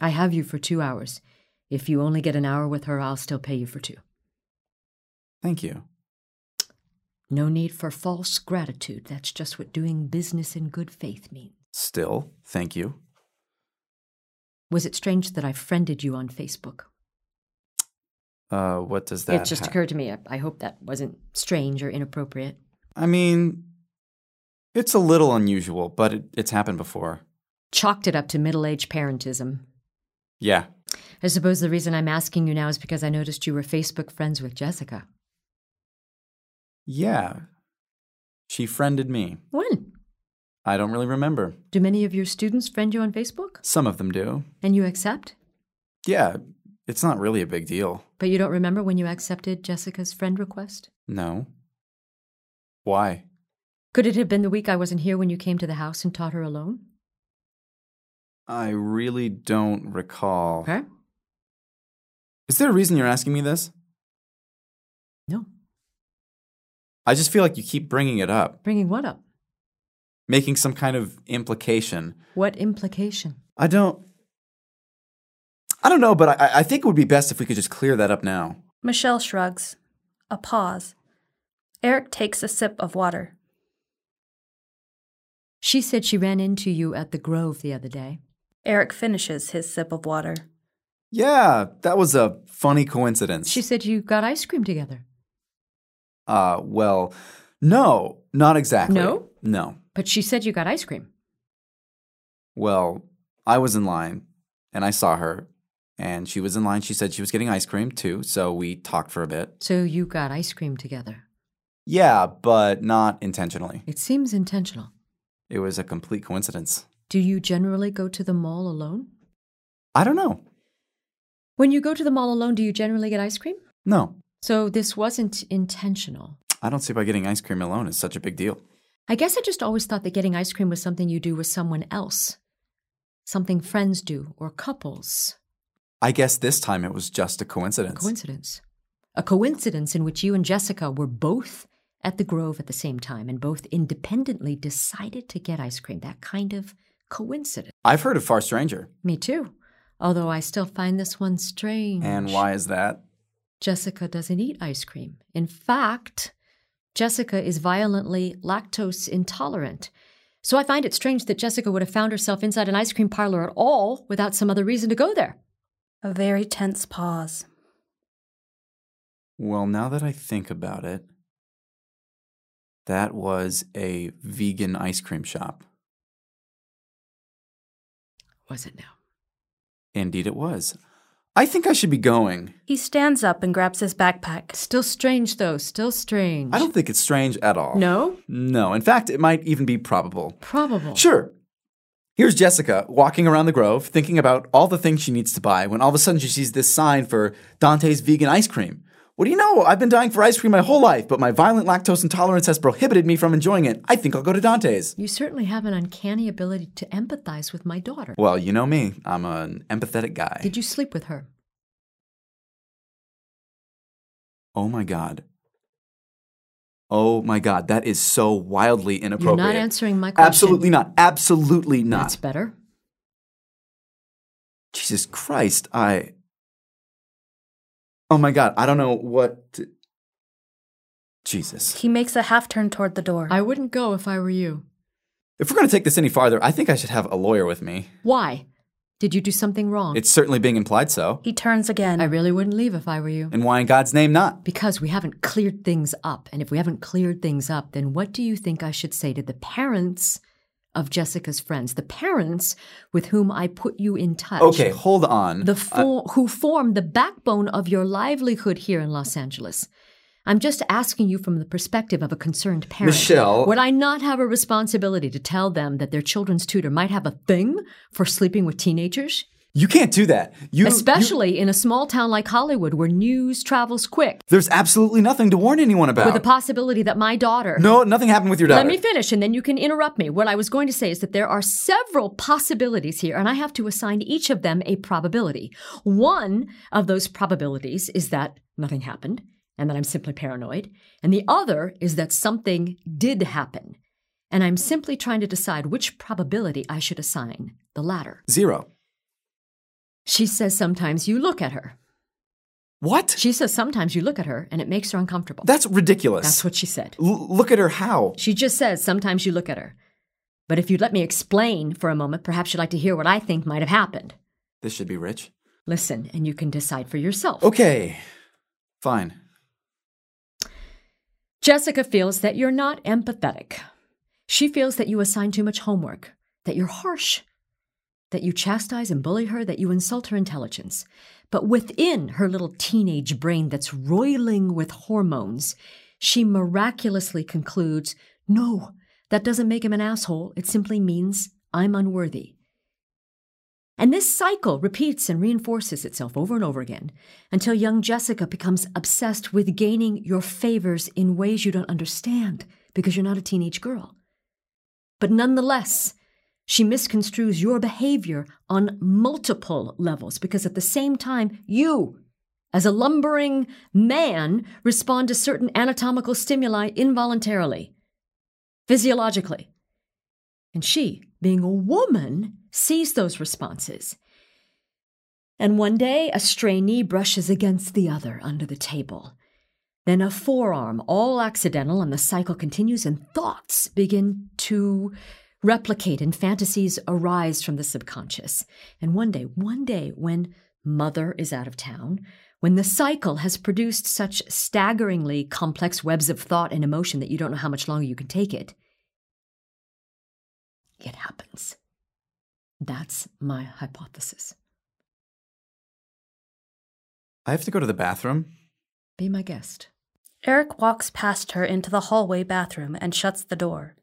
Speaker 3: I have you for two hours. If you only get an hour with her, I'll still pay you for two.
Speaker 4: thank you.
Speaker 3: No need for false gratitude. That's just what doing business in good faith means.
Speaker 4: Still, thank you.
Speaker 3: Was it strange that I friended you on Facebook?
Speaker 4: Uh, what does that?
Speaker 3: It just
Speaker 4: ha-
Speaker 3: occurred to me. I- I hope that wasn't strange or inappropriate.
Speaker 4: I mean, it's a little unusual, but it, it's happened before.
Speaker 3: Chalked it up to middle aged parentism.
Speaker 4: Yeah.
Speaker 3: I suppose the reason I'm asking you now is because I noticed you were Facebook friends with Jessica.
Speaker 4: Yeah. She friended me.
Speaker 3: When?
Speaker 4: I don't really remember.
Speaker 3: Do many of your students friend you on Facebook?
Speaker 4: Some of them do.
Speaker 3: And you accept?
Speaker 4: Yeah, it's not really a big deal.
Speaker 3: But you don't remember when you accepted Jessica's friend request?
Speaker 4: No. Why?
Speaker 3: Could it have been the week I wasn't here when you came to the house and taught her alone?
Speaker 4: I really don't recall.
Speaker 3: Okay.
Speaker 4: Is there a reason you're asking me this?
Speaker 3: No.
Speaker 4: I just feel like you keep bringing it up,
Speaker 3: Bringing what up?
Speaker 4: making some kind of implication.
Speaker 3: What implication?
Speaker 4: I don't. I don't know, but I- I, I think it would be best if we could just clear that up now.
Speaker 2: Michelle shrugs. A pause. Eric takes a sip of water.
Speaker 3: She said she ran into you at the Grove the other day.
Speaker 2: Eric finishes his sip of water.
Speaker 4: Yeah, that was a funny coincidence.
Speaker 3: She said you got ice cream together.
Speaker 4: uh, well, no, not exactly.
Speaker 3: No?
Speaker 4: No.
Speaker 3: But she said you got ice cream.
Speaker 4: Well, I was in line and I saw her and she was in line. She said she was getting ice cream too, so we talked for a bit.
Speaker 3: So you got ice cream together.
Speaker 4: Yeah, but not intentionally.
Speaker 3: It seems intentional.
Speaker 4: It was a complete coincidence.
Speaker 3: Do you generally go to the mall alone?
Speaker 4: I don't know.
Speaker 3: When you go to the mall alone, do you generally get ice cream?
Speaker 4: No.
Speaker 3: So this wasn't intentional.
Speaker 4: I don't see why getting ice cream alone is such a big deal.
Speaker 3: I guess I just always thought that getting ice cream was something you do with someone else, something friends do or couples.
Speaker 4: I guess this time it was just a coincidence.
Speaker 3: coincidence. A coincidence in which you and Jessica were both at the Grove at the same time and both independently decided to get ice cream. That kind of coincidence.
Speaker 4: I've heard of Far Stranger.
Speaker 3: Me too. Although I still find this one strange.
Speaker 4: And why is that?
Speaker 3: Jessica doesn't eat ice cream. In fact, Jessica is violently lactose intolerant. So I find it strange that Jessica would have found herself inside an ice cream parlor at all without some other reason to go there.
Speaker 2: A very tense pause.
Speaker 4: Well, now that I think about it, that was a vegan ice cream shop.
Speaker 3: Was it now?
Speaker 4: Indeed, it was. I think I should be going.
Speaker 2: He stands up and grabs his backpack.
Speaker 3: Still strange, though. Still strange.
Speaker 4: I don't think it's strange at all.
Speaker 3: No? Oh.
Speaker 4: No. In fact, it might even be probable.
Speaker 3: Probable.
Speaker 4: Sure. Here's Jessica walking around the Grove, thinking about all the things she needs to buy when all of a sudden she sees this sign for Dante's vegan ice cream. What do you know? I've been dying for ice cream my whole life, but my violent lactose intolerance has prohibited me from enjoying it. I think I'll go to Dante's.
Speaker 3: You certainly have an uncanny ability to empathize with my daughter.
Speaker 4: Well, you know me. I'm an empathetic guy.
Speaker 3: Did you sleep with her?
Speaker 4: oh my God. Oh my God. That is so wildly
Speaker 3: You're not
Speaker 4: inappropriate.
Speaker 3: answering my question.
Speaker 4: Absolutely not. Absolutely not.
Speaker 3: That's better.
Speaker 4: Jesus Christ, I. Oh my God, I don't know what. To... Jesus.
Speaker 2: He makes a half turn toward the door.
Speaker 3: I wouldn't go if I were you.
Speaker 4: If we're going to take this any farther, I think I should have a lawyer with me.
Speaker 3: Why? Did you do something wrong?
Speaker 4: It's certainly being implied so.
Speaker 2: he turns again.
Speaker 3: I really wouldn't leave if I were you.
Speaker 4: And why in God's name not?
Speaker 3: Because we haven't cleared things up. And if we haven't cleared things up, then what do you think I should say to the parents of Jessica's friends, the parents with whom I put you in touch.
Speaker 4: Okay, hold on. Uh,
Speaker 3: the for- who form the backbone of your livelihood here in Los Angeles. I'm just asking you from the perspective of a concerned parent.
Speaker 4: Michelle-
Speaker 3: would I not have a responsibility to tell them that their children's tutor might have a thing for sleeping with teenagers,
Speaker 4: you can't do that. You you-
Speaker 3: especially in a small town like Hollywood where news travels quick,
Speaker 4: there's absolutely nothing to warn anyone about.
Speaker 3: with the possibility that my daughter
Speaker 4: no, nothing happened with your
Speaker 3: Let
Speaker 4: daughter.
Speaker 3: me finish and then you can interrupt me. What I was going to say is that there are several possibilities here, and I have to assign each of them a probability. One of those probabilities is that nothing happened and that I'm simply paranoid, and the other is that something did happen. And I'm simply trying to decide which probability I should assign, the latter.
Speaker 4: Zero.
Speaker 3: She says sometimes you look at her.
Speaker 4: What?
Speaker 3: She says sometimes you look at her and it makes her uncomfortable.
Speaker 4: That's ridiculous.
Speaker 3: That's what she said.
Speaker 4: L- look at her how.
Speaker 3: She just says sometimes you look at her. But if you'd let me explain for a moment, perhaps you'd like to hear what I think might have happened.
Speaker 4: This should be rich.
Speaker 3: Listen, and you can decide for yourself.
Speaker 4: Okay. Fine.
Speaker 3: Jessica feels that you're not empathetic. She feels that you assign too much homework, that you're harsh, that you chastise and bully her, that you insult her intelligence. But within her little teenage brain that's roiling with hormones, she miraculously concludes no, that doesn't make him an asshole. It simply means I'm unworthy. And this cycle repeats and reinforces itself over and over again until young Jessica becomes obsessed with gaining your favors in ways you don't understand because you're not a teenage girl. But nonetheless, she misconstrues your behavior on multiple levels because at the same time, you, as a lumbering man, respond to certain anatomical stimuli involuntarily, physiologically. And she, being a woman, sees those responses. And one day, a stray knee brushes against the other under the table. Then a forearm, all accidental, and the cycle continues, and thoughts begin to replicate, and fantasies arise from the subconscious. And one day, one day, when mother is out of town, when the cycle has produced such staggeringly complex webs of thought and emotion that you don't know how much longer you can take it, it happens. That's my hypothesis.
Speaker 4: I have to go to the bathroom.
Speaker 3: Be my guest.
Speaker 2: Eric walks past her into the hallway bathroom and shuts the door.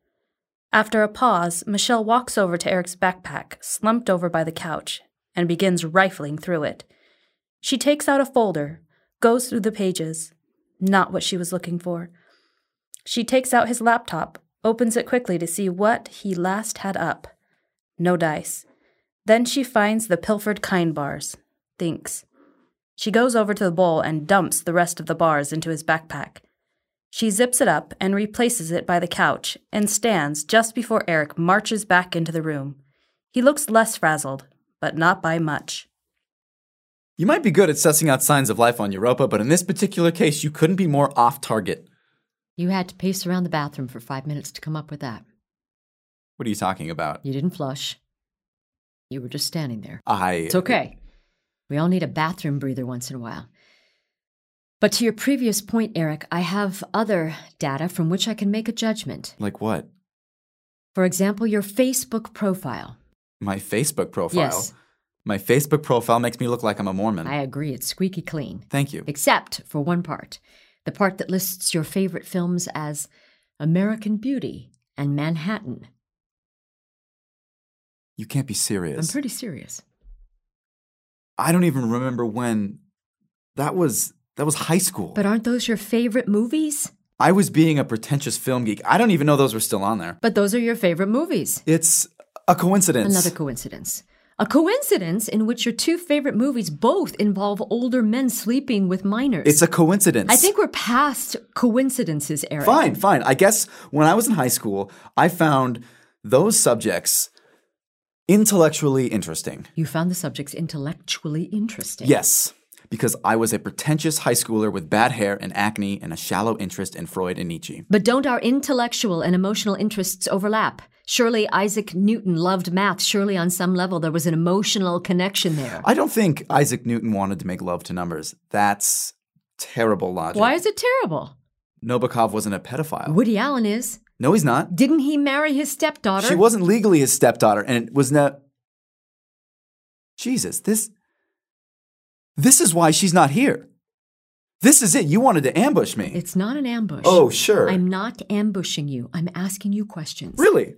Speaker 2: After a pause, Michelle walks over to Eric's backpack, slumped over by the couch, and begins rifling through it. She takes out a folder, goes through the pages. Not what she was looking for. She takes out his laptop, opens it quickly to see what he last had up. No dice. Then she finds the pilfered kind bars, thinks. She goes over to the bowl and dumps the rest of the bars into his backpack. She zips it up and replaces it by the couch and stands just before Eric marches back into the room. He looks less frazzled, but not by much.
Speaker 4: You might be good at sussing out signs of life on Europa, but in this particular case, you couldn't be more off target.
Speaker 3: You had to pace around the bathroom for five minutes to come up with that.
Speaker 4: What are you talking about?
Speaker 3: You didn't flush. You were just standing there.
Speaker 4: I.
Speaker 3: It's okay. We all need a bathroom breather once in a while. But to your previous point, Eric, I have other data from which I can make a judgment.
Speaker 4: Like what?
Speaker 3: For example, your Facebook profile.
Speaker 4: My Facebook profile.
Speaker 3: Yes.
Speaker 4: My Facebook profile makes me look like I'm a Mormon.
Speaker 3: I agree, it's squeaky clean.
Speaker 4: Thank you.
Speaker 3: Except for one part the part that lists your favorite films as American Beauty and Manhattan.
Speaker 4: You can't be serious.
Speaker 3: I'm pretty serious.
Speaker 4: I don't even remember when. That was that was high school.
Speaker 3: But aren't those your favorite movies?
Speaker 4: I was being a pretentious film geek. I don't even know those were still on there.
Speaker 3: But those are your favorite movies.
Speaker 4: It's a coincidence.
Speaker 3: Another coincidence. A coincidence in which your two favorite movies both involve older men sleeping with minors.
Speaker 4: it's a coincidence.
Speaker 3: I think we're past coincidences, Eric.
Speaker 4: Fine, fine. I guess when I was in high school, I found those subjects intellectually interesting.
Speaker 3: You found the subjects intellectually interesting.
Speaker 4: Yes, because I was a pretentious high schooler with bad hair and acne and a shallow interest in Freud and Nietzsche.
Speaker 3: But don't our intellectual and emotional interests overlap? Surely Isaac Newton loved math. Surely on some level there was an emotional connection there.
Speaker 4: I don't think Isaac Newton wanted to make love to numbers. That's terrible logic.
Speaker 3: Why is it terrible?
Speaker 4: Nobokov wasn't a pedophile.
Speaker 3: Woody Allen is.
Speaker 4: No, he's not.
Speaker 3: Didn't he marry his stepdaughter?
Speaker 4: She wasn't legally his stepdaughter, and it was no. Jesus, this. This is why she's not here. This is it. You wanted to ambush me.
Speaker 3: It's not an ambush.
Speaker 4: oh, sure.
Speaker 3: I'm not ambushing you. I'm asking you questions.
Speaker 4: really?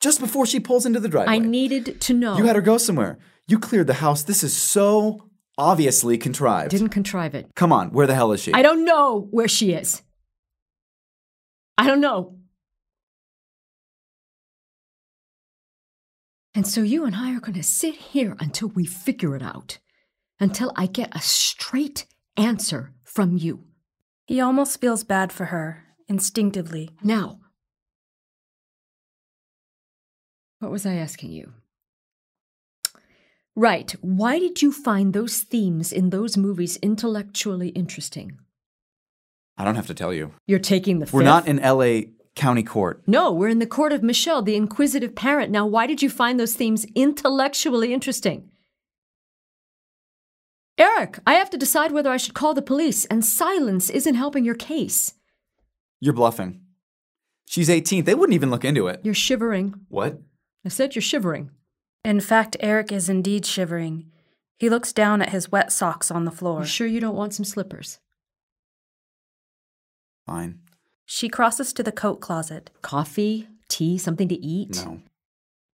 Speaker 4: Just before she pulls into the driveway.
Speaker 3: I needed to know.
Speaker 4: You had her go somewhere. You cleared the house. This is so obviously contrived.
Speaker 3: Didn't contrive it.
Speaker 4: Come on, where the hell is she?
Speaker 3: I don't know where she is. I don't know. And so you and I are going to sit here until we figure it out, until I get a straight answer from you.
Speaker 2: He almost feels bad for her, instinctively.
Speaker 3: Now, what was I asking you? Right. Why did you find those themes in those movies intellectually interesting?
Speaker 4: I don't have to tell you.
Speaker 3: You're taking the
Speaker 4: We're
Speaker 3: fifth.
Speaker 4: not in LA County Court.
Speaker 3: No, we're in the court of Michelle, the inquisitive parent. Now, why did you find those themes intellectually interesting? Eric, I have to decide whether I should call the police, and silence isn't helping your case.
Speaker 4: You're bluffing. She's 18. They wouldn't even look into it.
Speaker 3: You're shivering.
Speaker 4: What?
Speaker 3: I said you're shivering.
Speaker 2: In fact, Eric is indeed shivering. He looks down at his wet socks on the floor.
Speaker 3: You sure you don't want some slippers?
Speaker 4: Fine.
Speaker 2: She crosses to the coat closet.
Speaker 3: Coffee, tea, something to eat?
Speaker 4: No.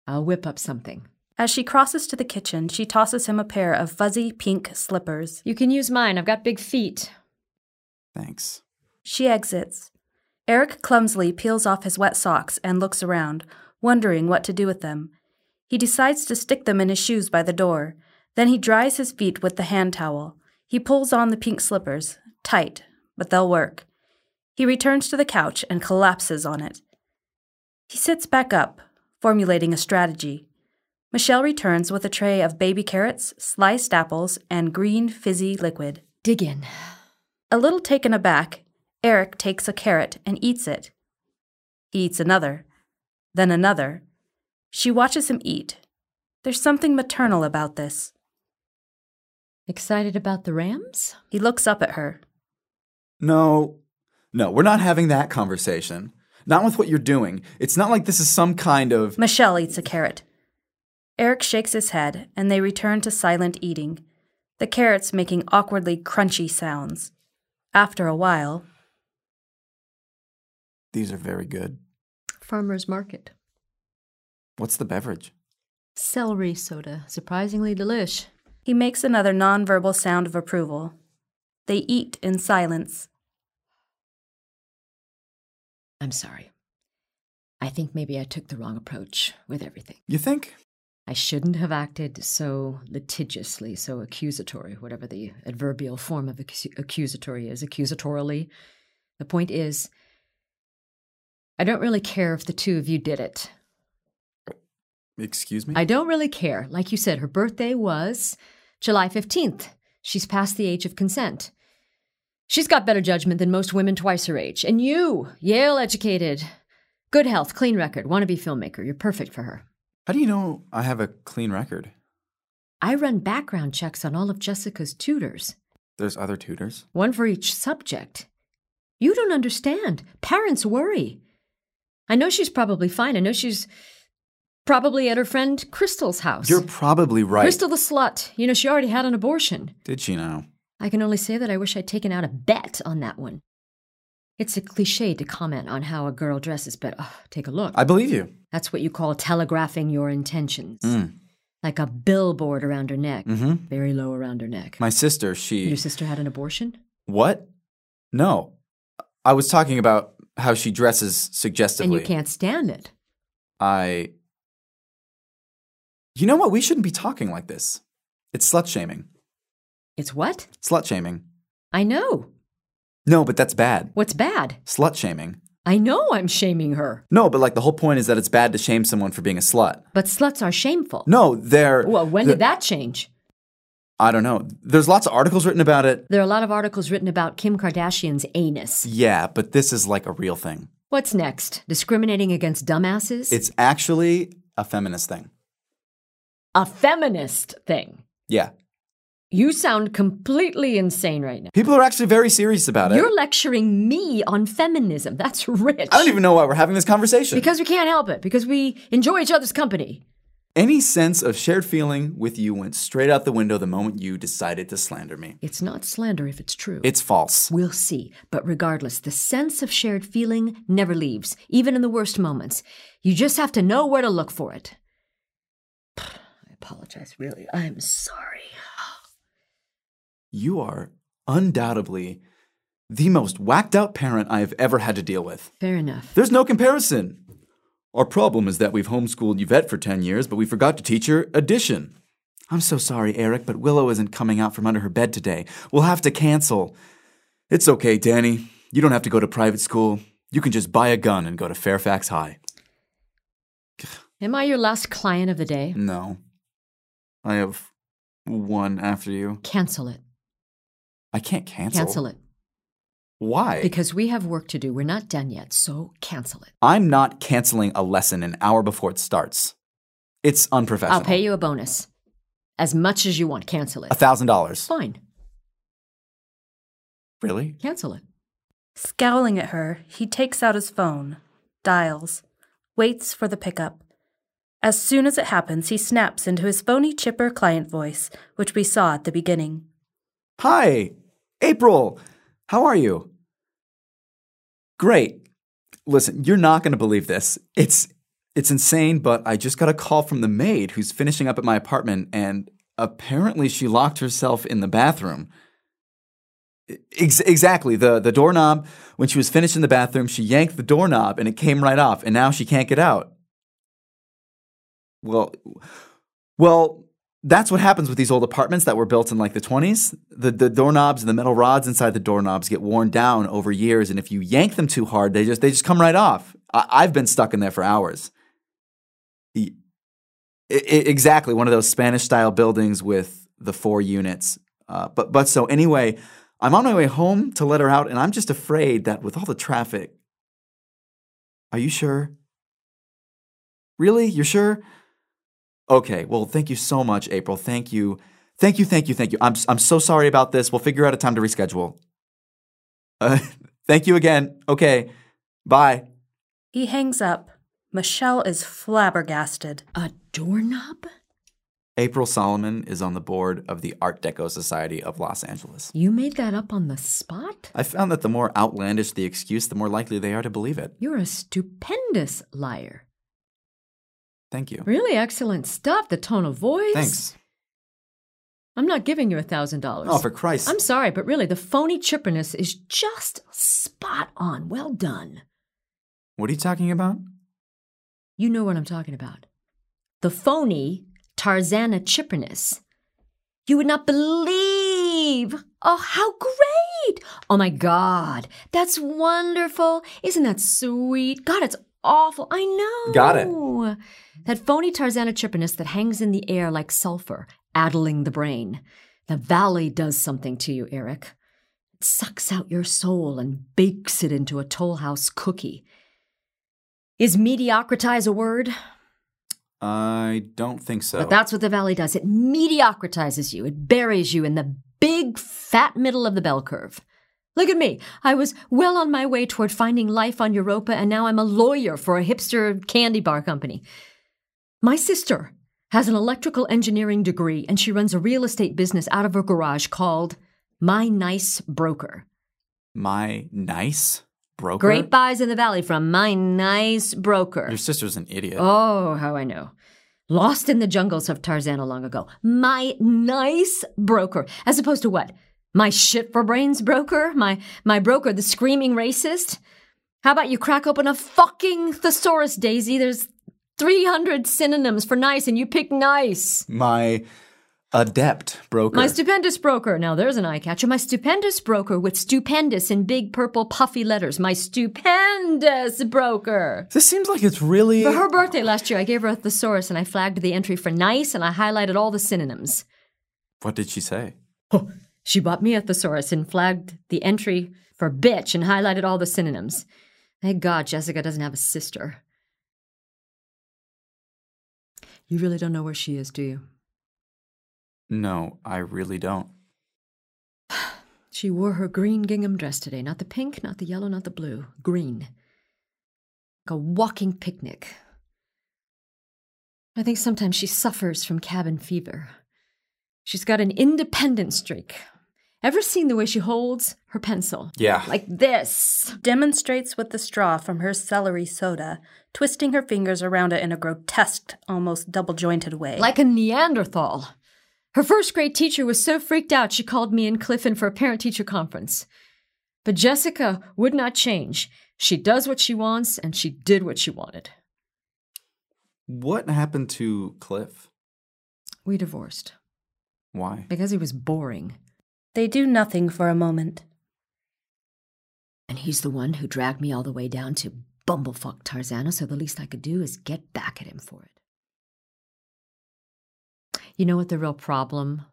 Speaker 3: I'll whip up something.
Speaker 2: As she crosses to the kitchen, she tosses him a pair of fuzzy pink slippers.
Speaker 3: You can use mine. I've got big feet.
Speaker 4: Thanks.
Speaker 2: She exits. Eric clumsily peels off his wet socks and looks around, wondering what to do with them. He decides to stick them in his shoes by the door. Then he dries his feet with the hand towel. He pulls on the pink slippers, tight, but they'll work. He returns to the couch and collapses on it. He sits back up, formulating a strategy. Michelle returns with a tray of baby carrots, sliced apples, and green fizzy liquid.
Speaker 3: Dig in.
Speaker 2: A little taken aback, Eric takes a carrot and eats it. He eats another, then another. She watches him eat. There's something maternal about this.
Speaker 3: Excited about the Rams?
Speaker 2: He looks up at her.
Speaker 4: No. No, we're not having that conversation. Not with what you're doing. It's not like this is some kind of.
Speaker 2: Michelle eats a carrot. Eric shakes his head, and they return to silent eating, the carrots making awkwardly crunchy sounds. After a while,
Speaker 4: These are very good.
Speaker 3: Farmer's Market.
Speaker 4: What's the beverage?
Speaker 3: Celery soda. Surprisingly delish.
Speaker 2: he makes another nonverbal sound of approval. They eat in silence.
Speaker 3: I'm sorry. I think maybe I took the wrong approach with everything.
Speaker 4: You think?
Speaker 3: I shouldn't have acted so litigiously, so accusatory, whatever the adverbial form of accu- accusatory is, accusatorily. The point is, I don't really care if the two of you did it.
Speaker 4: Excuse me?
Speaker 3: I don't really care. Like you said, her birthday was July 15th. She's past the age of consent. She's got better judgment than most women twice her age. And you, Yale educated, good health, clean record, wannabe filmmaker, you're perfect for her.
Speaker 4: How do you know I have a clean record?
Speaker 3: I run background checks on all of Jessica's tutors,
Speaker 4: There's other tutors.
Speaker 3: one for each subject. You don't understand. Parents worry. I know she's probably fine. I know she's probably at her friend Crystal's house.
Speaker 4: You're probably right.
Speaker 3: Crystal the slut. You know, she already had an abortion.
Speaker 4: Did she now?
Speaker 3: I can only say that I wish I'd taken out a bet on that one. It's a cliche to comment on how a girl dresses, but oh, take a look.
Speaker 4: I believe you.
Speaker 3: That's what you call telegraphing your intentions.
Speaker 4: Mm.
Speaker 3: Like a billboard around her neck,
Speaker 4: Mhm.
Speaker 3: very low around her neck.
Speaker 4: My sister, she.
Speaker 3: Your sister had an abortion?
Speaker 4: What? No. I was talking about how she dresses suggestively.
Speaker 3: And you can't stand it.
Speaker 4: I. You know what? We shouldn't be talking like this. It's slut shaming.
Speaker 3: It's what?
Speaker 4: Slut shaming.
Speaker 3: I know.
Speaker 4: No, but that's bad.
Speaker 3: What's bad?
Speaker 4: Slut shaming.
Speaker 3: I know I'm shaming her.
Speaker 4: No, but like the whole point is that it's bad to shame someone for being a slut.
Speaker 3: But sluts are shameful.
Speaker 4: No, there.
Speaker 3: Well, when
Speaker 4: the-
Speaker 3: did that change?
Speaker 4: I don't know. There's lots of articles written about it.
Speaker 3: There are a lot of articles written about Kim Kardashian's anus.
Speaker 4: Yeah, but this is like a real thing.
Speaker 3: What's next? Discriminating against dumbasses?
Speaker 4: It's actually a feminist thing.
Speaker 3: a feminist thing.
Speaker 4: Yeah.
Speaker 3: You sound completely insane right now.
Speaker 4: People are actually very serious about it.
Speaker 3: You're lecturing me on feminism. That's rich.
Speaker 4: I don't even know why we're having this conversation.
Speaker 3: because we can't help it, because we enjoy each other's company.
Speaker 4: Any sense of shared feeling with you went straight out the window the moment you decided to slander me.
Speaker 3: It's not slander if it's true.
Speaker 4: It's false.
Speaker 3: We'll see. But regardless, the sense of shared feeling never leaves, even in the worst moments. You just have to know where to look for it. I apologize, really. I'm sorry.
Speaker 4: You are undoubtedly the most whacked out parent I have ever had to deal with.
Speaker 3: Fair enough.
Speaker 4: There's no comparison. Our problem is that we've homeschooled Yvette for 10 years, but we forgot to teach her addition. I'm so sorry, Eric, but Willow isn't coming out from under her bed today. We'll have to cancel. It's okay, Danny. You don't have to go to private school. You can just buy a gun and go to Fairfax High.
Speaker 3: Am I your last client of the day?
Speaker 4: No. I have one after you.
Speaker 3: Cancel it.
Speaker 4: I can't cancel.
Speaker 3: Cancel it.
Speaker 4: Why?
Speaker 3: Because we have work to do. We're not done yet, so cancel it.
Speaker 4: I'm not canceling a lesson an hour before it starts. It's unprofessional.
Speaker 3: I'll pay you a bonus. As much as you want, cancel it.
Speaker 4: a thousand dollars.
Speaker 3: Fine.
Speaker 4: Really?
Speaker 3: Cancel it.
Speaker 2: Scowling at her, he takes out his phone, dials, waits for the pickup. As soon as it happens, he snaps into his phony chipper client voice, which we saw at the beginning.
Speaker 4: Hi, April. How are you? Great. Listen, you're not going to believe this. It's it's insane, but I just got a call from the maid who's finishing up at my apartment and apparently she locked herself in the bathroom. E-, Ex- exactly. The the doorknob when she was finished in the bathroom, she yanked the doorknob and it came right off and now she can't get out. Well, well, that's what happens with these old apartments that were built in like the 20s. The, the doorknobs and the metal rods inside the doorknobs get worn down over years, and if you yank them too hard, they just they just come right off. I, I've been stuck in there for hours. E- e- exactly, one of those Spanish style buildings with the four units. Uh, but but so anyway, I'm on my way home to let her out, and I'm just afraid that with all the traffic. Are you sure? Really, you're sure? Okay. Well, thank you so much, April. Thank you. Thank you, thank you, thank you. I'm, I'm so sorry about this. We'll figure out a time to reschedule. Uh, thank you again. Okay. Bye.
Speaker 2: He hangs up. Michelle is flabbergasted.
Speaker 3: A doorknob?
Speaker 4: April Solomon is on the board of the Art Deco Society of Los Angeles.
Speaker 3: You made that up on the spot?
Speaker 4: I found that the more outlandish the excuse, the more likely they are to believe it.
Speaker 3: You're a stupendous liar.
Speaker 4: Thank you.
Speaker 3: Really excellent stuff. The tone of voice.
Speaker 4: Thanks.
Speaker 3: I'm not giving you a thousand dollars.
Speaker 4: Oh, for Christ's.
Speaker 3: I'm sorry, but really, the phony chipperness is just spot on. Well done.
Speaker 4: What are you talking about?
Speaker 3: You know what I'm talking about. The phony Tarzana chipperness. You would not believe. Oh, how great! Oh my God, that's wonderful. Isn't that sweet? God, it's awful. I know.
Speaker 4: Got it.
Speaker 3: That phony Tarzana chipperness that hangs in the air like sulfur, addling the brain. The valley does something to you, Eric. It sucks out your soul and bakes it into a Toll House cookie. Is mediocritize a word?
Speaker 4: I don't think so.
Speaker 3: But that's what the valley does. It mediocritizes you. It buries you in the big fat middle of the bell curve. Look at me. I was well on my way toward finding life on Europa, and now I'm a lawyer for a hipster candy bar company. My sister has an electrical engineering degree, and she runs a real estate business out of her garage called My Nice Broker.
Speaker 4: my nice broker.
Speaker 3: Great buys in the valley from My Nice Broker.
Speaker 4: Your sister's an idiot.
Speaker 3: Oh, how I know. Lost in the jungles of Tarzana long ago. My nice broker. As opposed to what? My shit for brains broker? My my broker, the screaming racist? How about you crack open a fucking thesaurus, Daisy? There's 300 synonyms for nice and you pick nice.
Speaker 4: My adept broker.
Speaker 3: My stupendous broker. Now there's an eye catcher. My stupendous broker with stupendous in big purple puffy letters. My stupendous broker.
Speaker 4: this seems like it's really.
Speaker 3: For her birthday last year, I gave her a thesaurus and I flagged the entry for nice and I highlighted all the synonyms.
Speaker 4: What did she say?
Speaker 3: She bought me a thesaurus and flagged the entry for bitch and highlighted all the synonyms. Thank God Jessica doesn't have a sister. You really don't know where she is, do you?
Speaker 4: No, I really don't.
Speaker 3: She wore her green gingham dress today. Not the pink, not the yellow, not the blue. Green. Like a walking picnic. I think sometimes she suffers from cabin fever. She's got an independent streak. Ever seen the way she holds her pencil?
Speaker 4: Yeah.
Speaker 3: Like this.
Speaker 2: Demonstrates with the straw from her celery soda, twisting her fingers around it in a grotesque, almost double jointed way.
Speaker 3: Like a Neanderthal. Her first grade teacher was so freaked out she called me and Cliff in for a parent teacher conference. But Jessica would not change. She does what she wants, and she did what she wanted.
Speaker 4: What happened to Cliff?
Speaker 3: We divorced
Speaker 4: Why?
Speaker 3: because he was boring.
Speaker 2: they do nothing for a moment.
Speaker 3: And he's the one who dragged me all the way down to bumblefuck Tarzana, so the least I could do is get back at him for it. You know what the real problem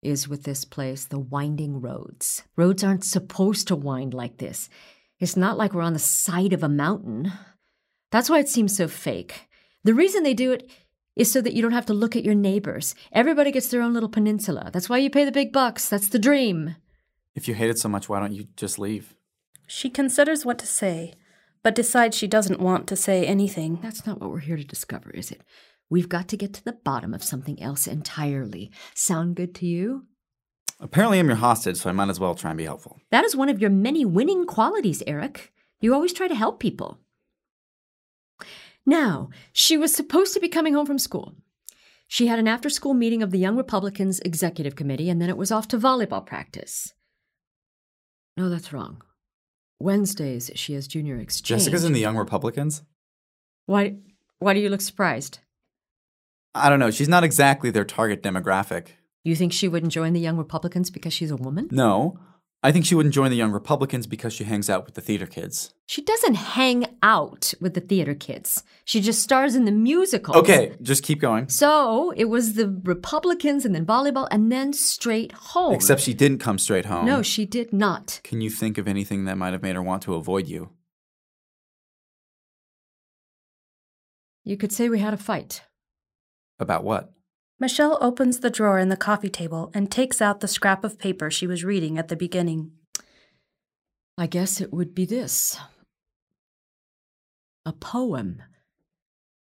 Speaker 3: is with this place? The winding roads. Roads aren't supposed to wind like this. It's not like we're on the side of a mountain. That's why it seems so fake. The reason they do it is so that you don't have to look at your neighbors. Everybody gets their own little peninsula. That's why you pay the big bucks. That's the dream.
Speaker 4: If you hate it so much, why don't you just leave?
Speaker 2: She considers what to say, but decides she doesn't want to say anything.
Speaker 3: That's not what we're here to discover, is it? We've got to get to the bottom of something else entirely. Sound good to you?
Speaker 4: Apparently, I'm your hostage, so I might as well try and be helpful.
Speaker 3: That is one of your many winning qualities, Eric. You always try to help people. Now, she was supposed to be coming home from school. She had an after school meeting of the Young Republicans Executive Committee, and then it was off to volleyball practice. No, that's wrong. Wednesdays, she has junior exchange.
Speaker 4: Jessica's in the Young Republicans?
Speaker 3: Why, why do you look surprised?
Speaker 4: I don't know. She's not exactly their target demographic.
Speaker 3: You think she wouldn't join the Young Republicans because she's a woman?
Speaker 4: No, I think she wouldn't join the Young Republicans because she hangs out with the theater kids.
Speaker 3: She doesn't hang out with the theater kids. She just stars in the musical.
Speaker 4: Okay, just keep going.
Speaker 3: So it was the Republicans and then volleyball and then straight home.
Speaker 4: Except she didn't come straight home.
Speaker 3: No, she did not.
Speaker 4: Can you think of anything that might have made her want to avoid you?
Speaker 3: You could say we had a fight.
Speaker 4: About what?
Speaker 2: Michelle opens the drawer in the coffee table and takes out the scrap of paper she was reading at the beginning.
Speaker 3: I guess it would be this a poem.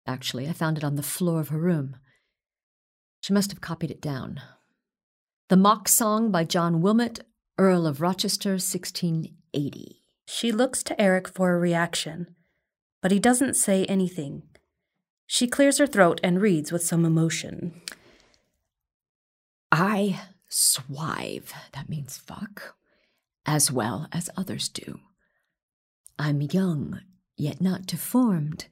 Speaker 3: Actually, I found it on the floor of her room. She must have copied it down. The Mock Song by John Wilmot, Earl of Rochester, 1680.
Speaker 2: She looks to Eric for a reaction, but he doesn't say anything. She clears her throat and reads with some emotion.
Speaker 3: I swive, that means fuck, as well as others do. I'm young, yet not deformed.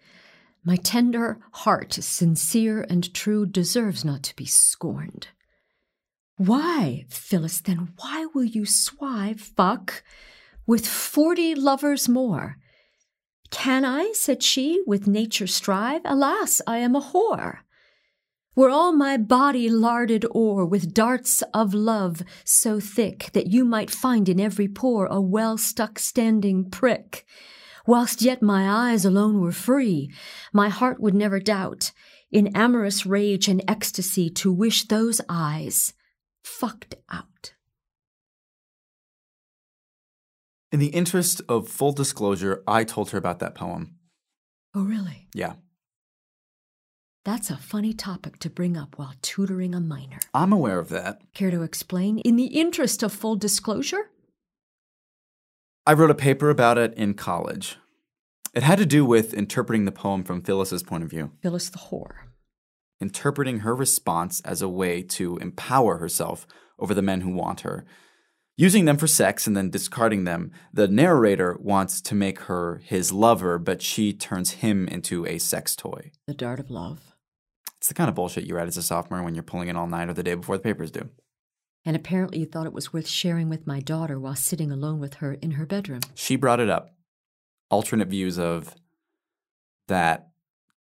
Speaker 3: My tender heart, sincere and true, deserves not to be scorned. Why, Phyllis, then why will you swive, fuck, with forty lovers more? Can I, said she, with nature strive? Alas, I am a whore. Were all my body larded o'er with darts of love so thick that you might find in every pore a well stuck standing prick. Whilst yet my eyes alone were free, my heart would never doubt, in amorous rage and ecstasy, to wish those eyes fucked out.
Speaker 4: In the interest of full disclosure, I told her about that poem.
Speaker 3: Oh, really?
Speaker 4: Yeah.
Speaker 3: That's a funny topic to bring up while tutoring a minor.
Speaker 4: I'm aware of that.
Speaker 3: Care to explain? In the interest of full disclosure?
Speaker 4: I wrote a paper about it in college. It had to do with interpreting the poem from Phyllis's point of view,
Speaker 3: Phyllis the whore.
Speaker 4: interpreting her response as a way to empower herself over the men who want her. Using them for sex and then discarding them, the narrator wants to make her his lover, but she turns him into a sex toy.
Speaker 3: The dart of love.
Speaker 4: It's the kind of bullshit you write as a sophomore when you're pulling an all nighter the day before the papers due.
Speaker 3: and apparently you thought it was worth sharing with my daughter while sitting alone with her in her bedroom.
Speaker 4: She brought it up. Alternate views of that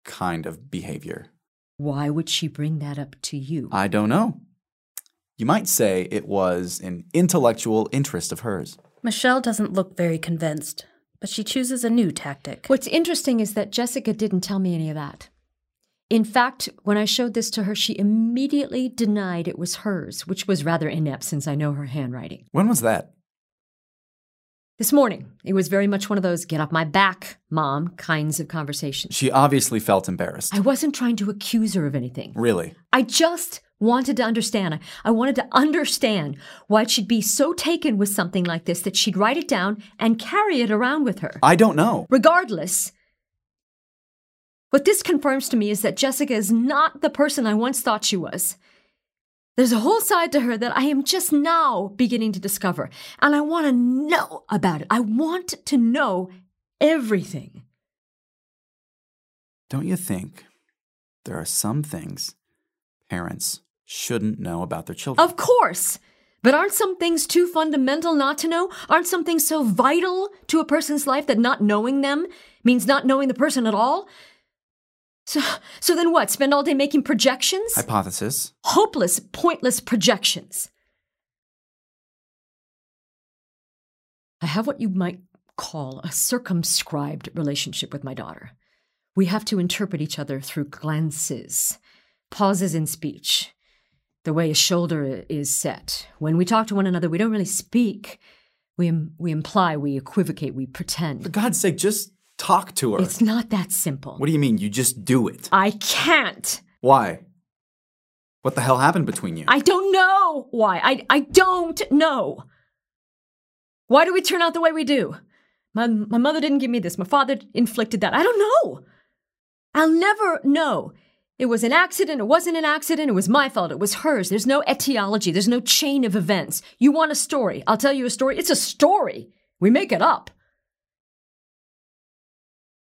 Speaker 4: kind of behavior.
Speaker 3: Why would she bring that up to you?
Speaker 4: I don't know. You might say it was an intellectual interest of hers.
Speaker 2: Michelle doesn't look very convinced, but she chooses a new tactic.
Speaker 3: What's interesting is that Jessica didn't tell me any of that. In fact, when I showed this to her, she immediately denied it was hers, which was rather inept since I know her handwriting.
Speaker 4: When was that?
Speaker 3: This morning, it was very much one of those get off my back, mom kinds of conversations.
Speaker 4: She obviously felt embarrassed.
Speaker 3: I wasn't trying to accuse her of anything.
Speaker 4: really?
Speaker 3: I just wanted to understand. I, I wanted to understand why she'd be so taken with something like this that she'd write it down and carry it around with her.
Speaker 4: I don't know.
Speaker 3: Regardless, what this confirms to me is that Jessica is not the person I once thought she was. There's a whole side to her that I am just now beginning to discover, and I want to know about it. I want to know everything.
Speaker 4: Don't you think there are some things parents shouldn't know about their children?
Speaker 3: Of course. But aren't some things too fundamental not to know? Aren't some things so vital to a person's life that not knowing them means not knowing the person at all? So, so then what? Spend all day making projections?
Speaker 4: Hypothesis.
Speaker 3: Hopeless, pointless projections. I have what you might call a circumscribed relationship with my daughter. We have to interpret each other through glances, pauses in speech, the way a shoulder is set. When we talk to one another, we don't really speak. We, im- we imply, we equivocate, we
Speaker 4: For
Speaker 3: pretend.
Speaker 4: God's sake, just talk to her.
Speaker 3: It's not that simple.
Speaker 4: What do you mean? You just do it.
Speaker 3: I can't.
Speaker 4: Why? What the hell happened between you?
Speaker 3: I don't know why. I, I don't know. Why do we turn out the way we do? My, my mother didn't give me this. My father inflicted that. I don't know. I'll never know. It was an accident. It wasn't an accident. It was my fault. It was hers. There's no etiology. There's no chain of events. You want a story. I'll tell you a story. It's a story. We make it up.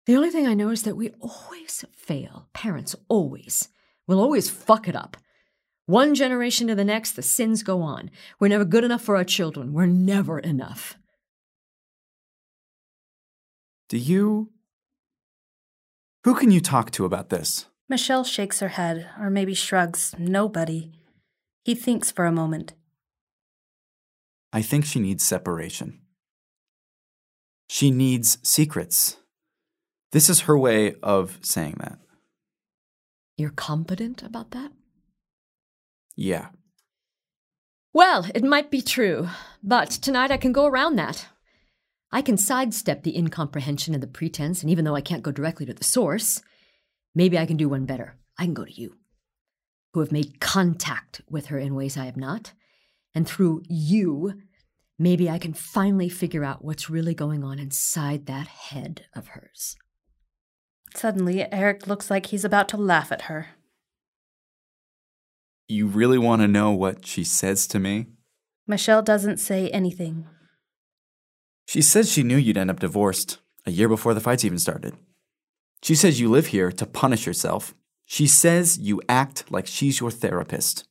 Speaker 3: The only thing I know is that we always fail. Parents always. will always fuck it up. One generation to the next, the sins go on. We're never good enough for our children. We're never enough.
Speaker 4: do you. Who can you talk to about this?
Speaker 2: Michelle shakes her head, or maybe shrugs. Nobody. He thinks for a moment.
Speaker 4: I think she needs separation. She needs secrets. This is her way of saying that.
Speaker 3: You're confident about that?
Speaker 4: Yeah.
Speaker 3: Well, it might be true, but tonight I can go around that. I can sidestep the incomprehension and the pretense, and even though I can't go directly to the source, maybe I can do one better. I can go to you, who have made contact with her in ways I have not. And through you, maybe I can finally figure out what's really going on inside that head of hers.
Speaker 2: Suddenly, Eric looks like he's about to laugh at her.
Speaker 4: You really want to know what she says to me?
Speaker 2: Michelle doesn't say anything.
Speaker 4: She says she knew you'd end up divorced a year before the fights even started. She says you live here to punish yourself. She says you act like she's your therapist.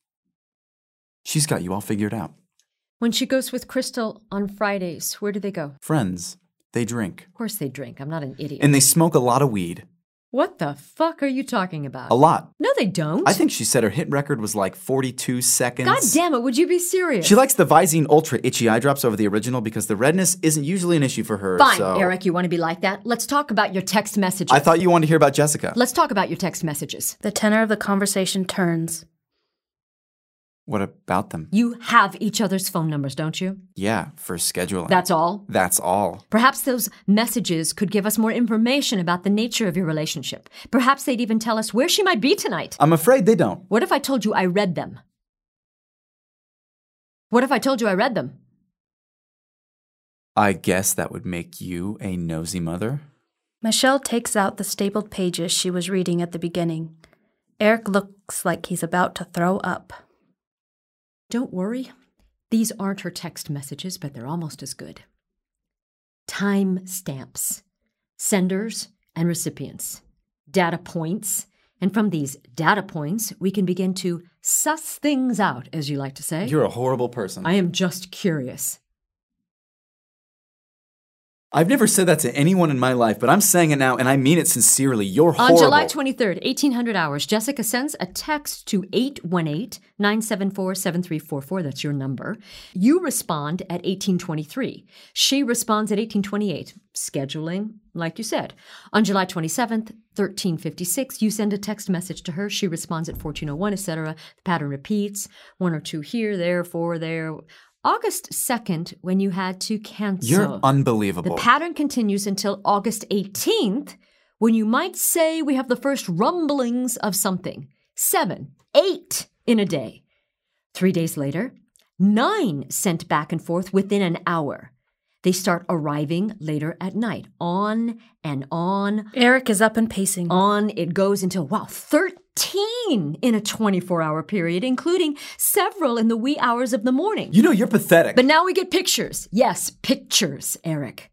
Speaker 4: She's got you all figured out.
Speaker 3: When she goes with Crystal on Fridays, where do they go?
Speaker 4: Friends, they drink.
Speaker 3: Of course they drink. I'm not an idiot.
Speaker 4: And they smoke a lot of weed.
Speaker 3: what the fuck are you talking about?
Speaker 4: A lot.
Speaker 3: No, they don't.
Speaker 4: I think she said her hit record was like 42 seconds.
Speaker 3: God damn it, would you be serious?
Speaker 4: She likes the Visine Ultra itchy eye drops over the original because the redness isn't usually an issue for her.
Speaker 3: Fine,
Speaker 4: so-
Speaker 3: Eric, you want to be like that? Let's talk about your text messages.
Speaker 4: I thought you wanted to hear about Jessica.
Speaker 3: Let's talk about your text messages.
Speaker 2: The tenor of the conversation turns.
Speaker 4: What about them?
Speaker 3: You have each other's phone numbers, don't you?
Speaker 4: Yeah, for scheduling.
Speaker 3: That's all.
Speaker 4: That's all.
Speaker 3: Perhaps those messages could give us more information about the nature of your relationship. Perhaps they'd even tell us where she might be tonight.
Speaker 4: I'm afraid they don't.
Speaker 3: What if I told you I read them? What if I told you I read them?
Speaker 4: I guess that would make you a nosy mother.
Speaker 2: Michelle takes out the stapled pages she was reading at the beginning. Eric looks like he's about to throw up.
Speaker 3: Don't worry. These aren't her text messages, but they're almost as good. Time stamps, senders and recipients, data points, and from these data points, we can begin to suss things out, as you like to say.
Speaker 4: You're a horrible person.
Speaker 3: I am just curious.
Speaker 4: I've never said that to anyone in my life, but I'm saying it now and I mean it sincerely.
Speaker 3: On
Speaker 4: You're horrible.
Speaker 3: July 23rd, 1800 hours, Jessica sends a text to 818 974 7344. That's your number. You respond at 1823. She responds at 1828. Scheduling, like you said. On July 27th, 1356, you send a text message to her. She responds at 1401, etc. The pattern repeats one or two here, there, four there. August 2nd, when you had to cancel.
Speaker 4: You're unbelievable.
Speaker 3: The pattern continues until August 18th, when you might say we have the first rumblings of something. Seven, eight in a day. Three days later, nine sent back and forth within an hour. They start arriving later at night. On and on,
Speaker 2: Eric is up and pacing.
Speaker 3: on it goes until, wow, 13 in a 24 hour period, including several in the wee hours of the morning.
Speaker 4: you know, you're pathetic.
Speaker 3: But now we get pictures. Yes, pictures, Eric.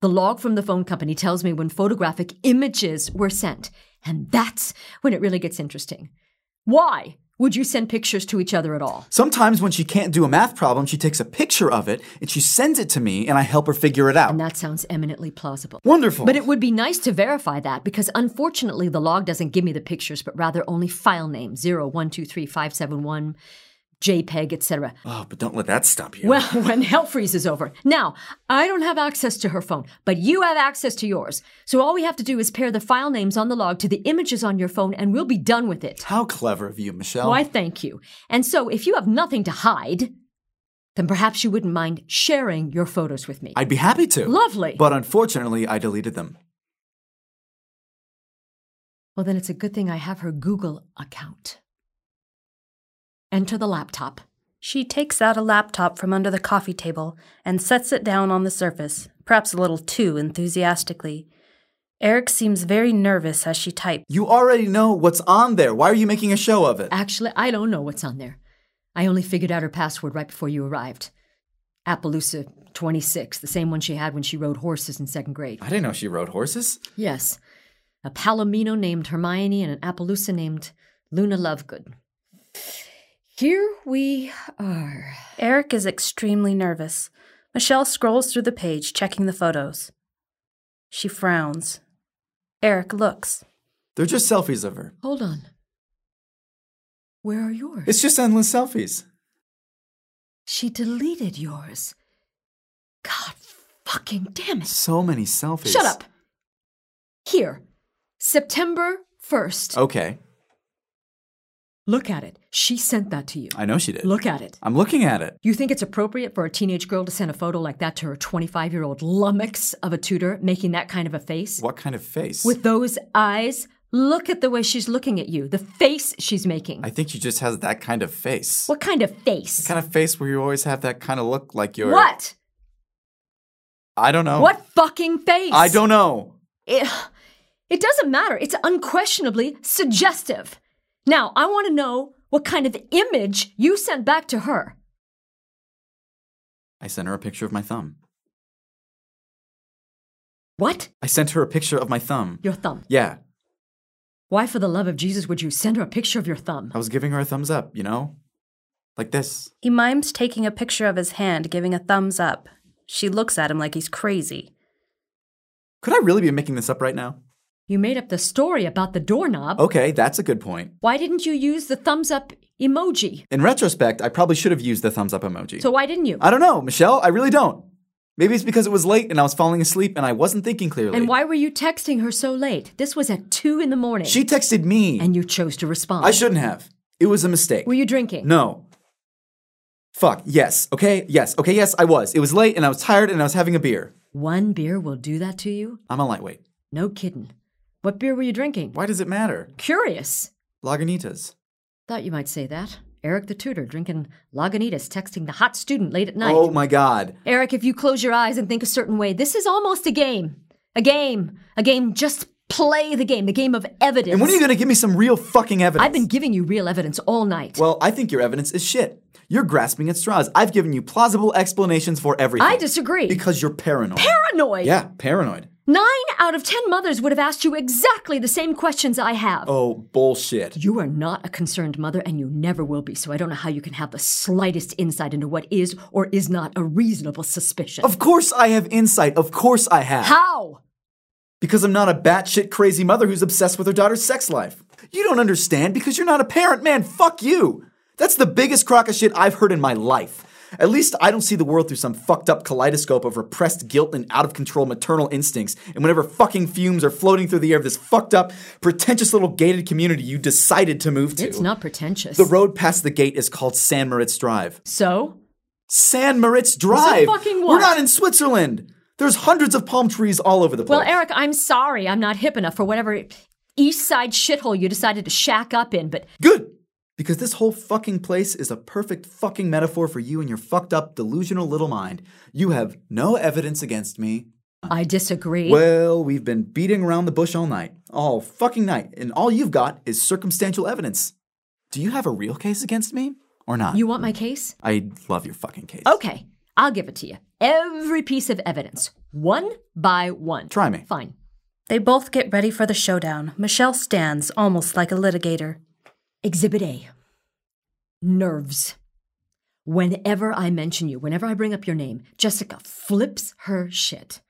Speaker 3: The log from the phone company tells me when photographic images were sent. And that's when it really gets interesting. Why would you send pictures to each other at all?
Speaker 4: Sometimes when she can't do a math problem, she takes a picture of it and she sends it to me and I help her figure it out.
Speaker 3: And that sounds eminently plausible.
Speaker 4: Wonderful.
Speaker 3: But it would be nice to verify that because unfortunately the log doesn't give me the pictures, but rather only file name 0123571, JPEG, etc.
Speaker 4: oh, but don't let that stop you.
Speaker 3: Well, when hell freezes over. Now, I don't have access to her phone, but you have access to yours. So all we have to do is pair the file names on the log to the images on your phone and we'll be done with it.
Speaker 4: How clever of you, Michelle.
Speaker 3: Why, thank you. And so if you have nothing to hide, then perhaps you wouldn't mind sharing your photos with me.
Speaker 4: I'd be happy to.
Speaker 3: Lovely.
Speaker 4: But unfortunately, I deleted them.
Speaker 3: well, then it's a good thing I have her Google account. Enter the laptop.
Speaker 2: She takes out a laptop from under the coffee table and sets it down on the surface, perhaps a little too enthusiastically. Eric seems very nervous as she types.
Speaker 4: You already know what's on there. Why are you making a show of it?
Speaker 3: Actually, I don't know what's on there. I only figured out her password right before you arrived. Appaloosa 26, the same one she had when she rode horses in second grade.
Speaker 4: I didn't know she rode horses.
Speaker 3: Yes. A Palomino named Hermione and an Appaloosa named Luna Lovegood. Here we are.
Speaker 2: Eric is extremely nervous. Michelle scrolls through the page, checking the photos. She frowns. Eric looks.
Speaker 4: They're just selfies of her.
Speaker 3: Hold on. Where are yours?
Speaker 4: It's just endless selfies.
Speaker 3: she deleted yours. God fucking damn it.
Speaker 4: So many selfies.
Speaker 3: Shut up. Here. September 1st.
Speaker 4: Okay.
Speaker 3: Look at it. She sent that to you.
Speaker 4: I know she did.
Speaker 3: Look at it.
Speaker 4: I'm looking at it.
Speaker 3: You think it's appropriate for a teenage girl to send a photo like that to her 25 year old lummox of a tutor making that kind of a face?
Speaker 4: What kind of face?
Speaker 3: With those eyes, look at the way she's looking at you, the face she's making.
Speaker 4: I think she just has that kind of face.
Speaker 3: what kind of face?
Speaker 4: kind of face where you always have that kind of look like you're.
Speaker 3: what?
Speaker 4: I don't know.
Speaker 3: What fucking face?
Speaker 4: I don't know.
Speaker 3: It, it doesn't matter. It's unquestionably suggestive. Now, I want to know what kind of image you sent back to her.
Speaker 4: I sent her a picture of my thumb.
Speaker 3: What?
Speaker 4: I sent her a picture of my thumb.
Speaker 3: Your thumb.
Speaker 4: Yeah,
Speaker 3: Why, for the love of Jesus, would you send her a picture of your thumb?
Speaker 4: I was giving her a thumbs up, you know? Like this.
Speaker 2: He mimes taking a picture of his hand, giving a thumbs up. She looks at him like he's crazy.
Speaker 4: Could I really be making this up right now?
Speaker 3: You made up the story about the doorknob.
Speaker 4: Okay, that's a good point.
Speaker 3: Why didn't you use the thumbs up emoji?
Speaker 4: In retrospect, I probably should have used the thumbs up emoji.
Speaker 3: So why didn't you?
Speaker 4: I don't know, Michelle, I really don't. Maybe it's because it was late and I was falling asleep and I wasn't thinking clearly.
Speaker 3: And why were you texting her so late? This was at two in the morning.
Speaker 4: She texted me.
Speaker 3: and you chose to respond.
Speaker 4: I shouldn't have. It was a mistake.
Speaker 3: Were you drinking?
Speaker 4: No. Fuck, yes, okay, yes, okay, yes, I was. It was late and I was tired and I was having a beer.
Speaker 3: One beer will do that to you?
Speaker 4: I'm a lightweight.
Speaker 3: No kidding. What beer were you drinking?
Speaker 4: Why does it matter?
Speaker 3: Curious.
Speaker 4: Lagunitas.
Speaker 3: Thought you might say that. Eric the tutor drinking Lagunitas, texting the hot student late at night.
Speaker 4: Oh my god.
Speaker 3: Eric, if you close your eyes and think a certain way, this is almost a game. A game. A game. Just play the game. The game of evidence.
Speaker 4: And when are you gonna give me some real fucking evidence?
Speaker 3: I've been giving you real evidence all night.
Speaker 4: Well, I think your evidence is shit. You're grasping at straws. I've given you plausible explanations for everything.
Speaker 3: I disagree.
Speaker 4: Because you're paranoid.
Speaker 3: Paranoid.
Speaker 4: yeah, paranoid.
Speaker 3: Nine out of ten mothers would have asked you exactly the same questions I have.
Speaker 5: Oh, bullshit.
Speaker 3: You are not a concerned mother, and you never will be, so I don't know how you can have the slightest insight into what is or is not a reasonable suspicion.
Speaker 5: Of course I have insight. Of course I have.
Speaker 3: how?
Speaker 5: Because I'm not a batshit crazy mother who's obsessed with her daughter's sex life. You don't understand because you're not a parent, man. Fuck you. That's the biggest crock of shit I've heard in my life. At least I don't see the world through some fucked up kaleidoscope of repressed guilt and out of control maternal instincts. And whenever fucking fumes are floating through the air of this fucked up, pretentious little gated community you decided to move to.
Speaker 3: It's not pretentious.
Speaker 5: The road past the gate is called San Moritz Drive.
Speaker 3: so?
Speaker 5: San Moritz Drive.
Speaker 3: fucking
Speaker 5: We're
Speaker 3: what?
Speaker 5: not in Switzerland. There's hundreds of palm trees all over the place.
Speaker 3: Well, Eric, I'm sorry I'm not hip enough for whatever east side shithole you decided to shack up in, but
Speaker 5: Good. Because this whole fucking place is a perfect fucking metaphor for you and your fucked up, delusional little mind. You have no evidence against me.
Speaker 3: I disagree.
Speaker 5: Well, we've been beating around the bush all night. All fucking night. And all you've got is circumstantial evidence. Do you have a real case against me or not?
Speaker 3: you Oh. want my case?
Speaker 5: I love your fucking case.
Speaker 3: Okay, I'll give it to you. Every piece of evidence, one by one.
Speaker 5: Try me.
Speaker 3: Fine.
Speaker 2: They both get ready for the showdown. Michelle stands almost like a litigator.
Speaker 3: Exhibit A Nerves. Whenever I mention you, whenever I bring up your name, Jessica flips her shit.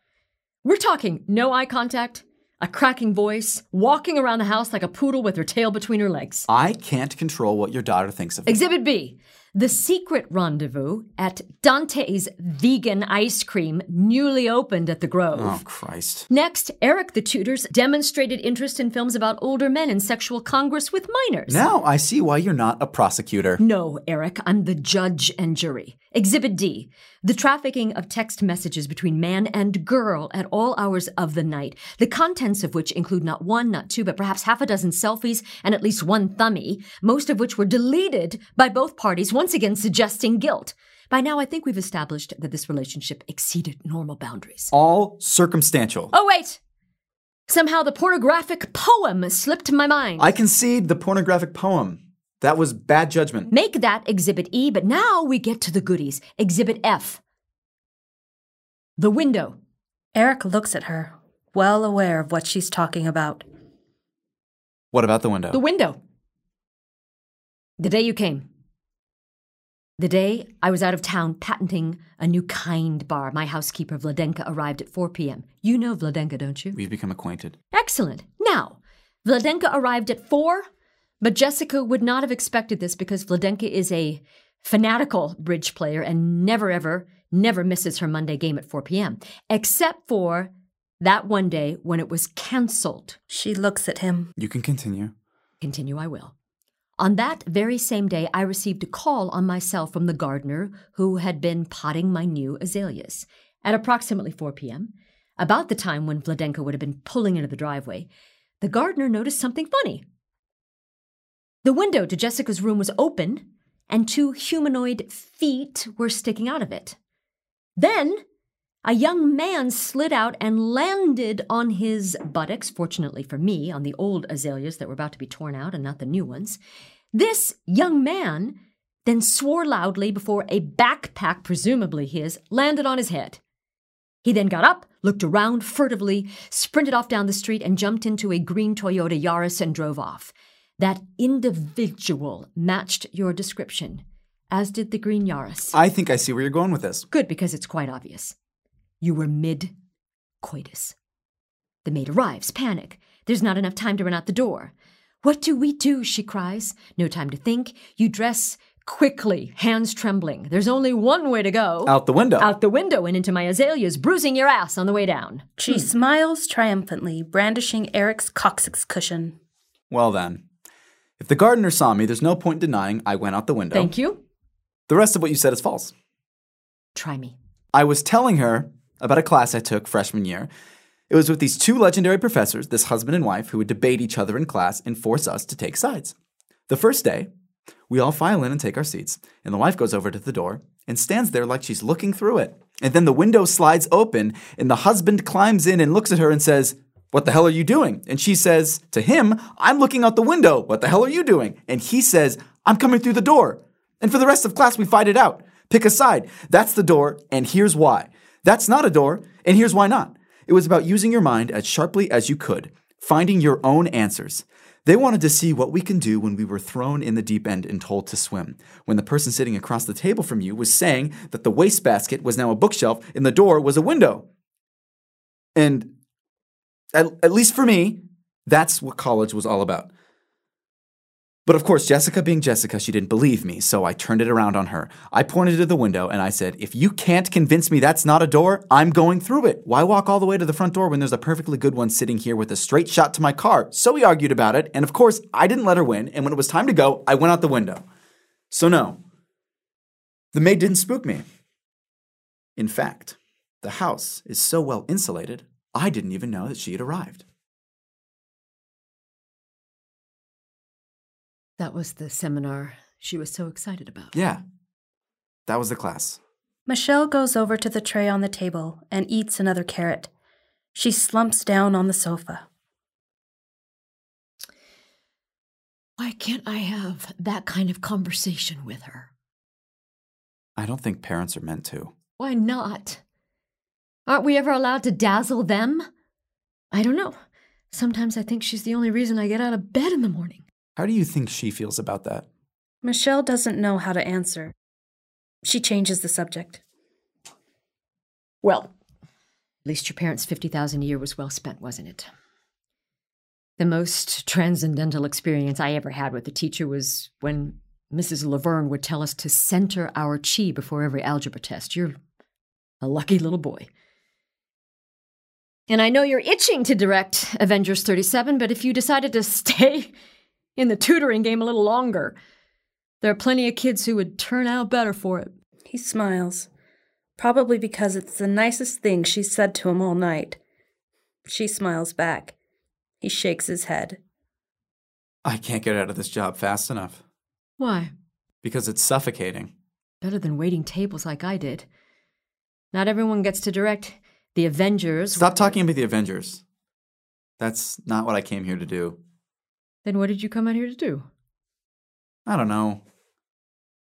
Speaker 3: We're talking no eye contact, a cracking voice, walking around the house like a poodle with her tail between her legs.
Speaker 5: I can't control what your daughter thinks of me.
Speaker 3: Exhibit B The secret rendezvous at Dante's vegan ice cream, newly opened at the Grove.
Speaker 5: Oh, Christ.
Speaker 3: Next, Eric the Tudors demonstrated interest in films about older men and sexual congress with minors.
Speaker 5: Now I see why you're not a prosecutor.
Speaker 3: No, Eric, I'm the judge and jury. Exhibit D the trafficking of text messages between man and girl at all hours of the night, the contents of which include not one, not two, but perhaps half a dozen selfies and at least one thummy, most of which were deleted by both parties, once again suggesting guilt. By now, I think we've established that this relationship exceeded normal boundaries.
Speaker 5: All circumstantial.
Speaker 3: Oh, wait! Somehow the pornographic poem slipped my mind.
Speaker 5: I concede the pornographic poem. That was bad judgment.
Speaker 3: Make that Exhibit E, but now we get to the goodies. Exhibit F. The window.
Speaker 2: Eric looks at her, well aware of what she's talking about.
Speaker 4: What about the window?
Speaker 3: The window. The day you came. The day I was out of town patenting a new kind bar. My housekeeper, Vladenka, arrived at 4 p.m. You know Vladenka, don't you?
Speaker 4: We've become acquainted.
Speaker 3: Excellent. Now, Vladenka arrived at four, but Jessica would not have expected this because Vladenka is a fanatical bridge player and never, ever, never misses her Monday game at 4 p.m., except for that one day when it was canceled.
Speaker 2: She looks at him.
Speaker 4: You can continue.
Speaker 3: Continue, I will. On that very same day, I received a call on my cell from the gardener who had been potting my new azaleas. At approximately 4 p.m., about the time when Vladenka would have been pulling into the driveway, the gardener noticed something funny. The window to Jessica's room was open, and two humanoid feet were sticking out of it. Then a young man slid out and landed on his buttocks, fortunately for me, on the old azaleas that were about to be torn out and not the new ones. This young man then swore loudly before a backpack, presumably his, landed on his head. He then got up, looked around furtively, sprinted off down the street, and jumped into a green Toyota Yaris and drove off. That individual matched your description, as did the green Yaris.
Speaker 4: I think I see where you're going with this.
Speaker 3: Good, because it's quite obvious. You were mid coitus. The maid arrives, panic. There's not enough time to run out the door. What do we do? She cries. No time to think. You dress quickly, hands trembling. There's only one way to go
Speaker 4: Out the window.
Speaker 3: Oh. out the window and into my azaleas, bruising your ass on the way down.
Speaker 2: She smiles triumphantly, brandishing Eric's coccyx cushion.
Speaker 4: Well then. If the gardener saw me, there's no point denying I went out the window.
Speaker 3: Thank you.
Speaker 4: The rest of what you said is false.
Speaker 3: Try me.
Speaker 4: I was telling her about a class I took freshman year. It was with these two legendary professors, this husband and wife, who would debate each other in class and force us to take sides. The first day, we all file in and take our seats, and the wife goes over to the door and stands there like she's looking through it. And then the window slides open, and the husband climbs in and looks at her and says, What the hell are you doing? And she says to him, I'm looking out the window. What the hell are you doing? And he says, I'm coming through the door. And for the rest of class, we fight it out. Pick a side. That's the door, and here's why. That's not a door, and here's why not. It was about using your mind as sharply as you could, finding your own answers. They wanted to see what we can do when we were thrown in the deep end and told to swim. When the person sitting across the table from you was saying that the wastebasket was now a bookshelf and the door was a window. And at, at least for me, that's what college was all about. But of course, Jessica being Jessica, she didn't believe me, so I turned it around on her. I pointed to the window and I said, If you can't convince me that's not a door, I'm going through it. Why walk all the way to the front door when there's a perfectly good one sitting here with a straight shot to my car? So we argued about it, and of course, I didn't let her win, and when it was time to go, I went out the window. So, no, the maid didn't spook me. In fact, the house is so well insulated, I didn't even know that she had arrived.
Speaker 3: That was the seminar she was so excited about.
Speaker 4: Yeah, that was the class.
Speaker 2: Michelle goes over to the tray on the table and eats another carrot. She slumps down on the sofa.
Speaker 3: Why can't I have that kind of conversation with her?
Speaker 4: I don't think parents are meant to.
Speaker 3: Why not? Aren't we ever allowed to dazzle them? I don't know. Sometimes I think she's the only reason I get out of bed in the morning.
Speaker 4: How do you think she feels about that?
Speaker 2: Michelle doesn't know how to answer. She changes the subject.
Speaker 3: Well, at least your parents' 50,000 a year was well spent, wasn't it? The most transcendental experience I ever had with a teacher was when Mrs. Laverne would tell us to center our chi before every algebra test. You're a lucky little boy. And I know you're itching to direct Avengers 37, but if you decided to stay in the tutoring game a little longer, there are plenty of kids who would turn out better for it.
Speaker 2: He smiles, probably because it's the nicest thing she's said to him all night. She smiles back. He shakes his head.
Speaker 4: I can't get out of this job fast enough
Speaker 3: Why?
Speaker 4: because it's suffocating.
Speaker 3: Better than waiting tables like I did. Not everyone gets to direct the Avengers.
Speaker 4: Stop talking about the Avengers. That's not what I came here to do.
Speaker 3: Then what did you come out here to do?
Speaker 4: I don't know.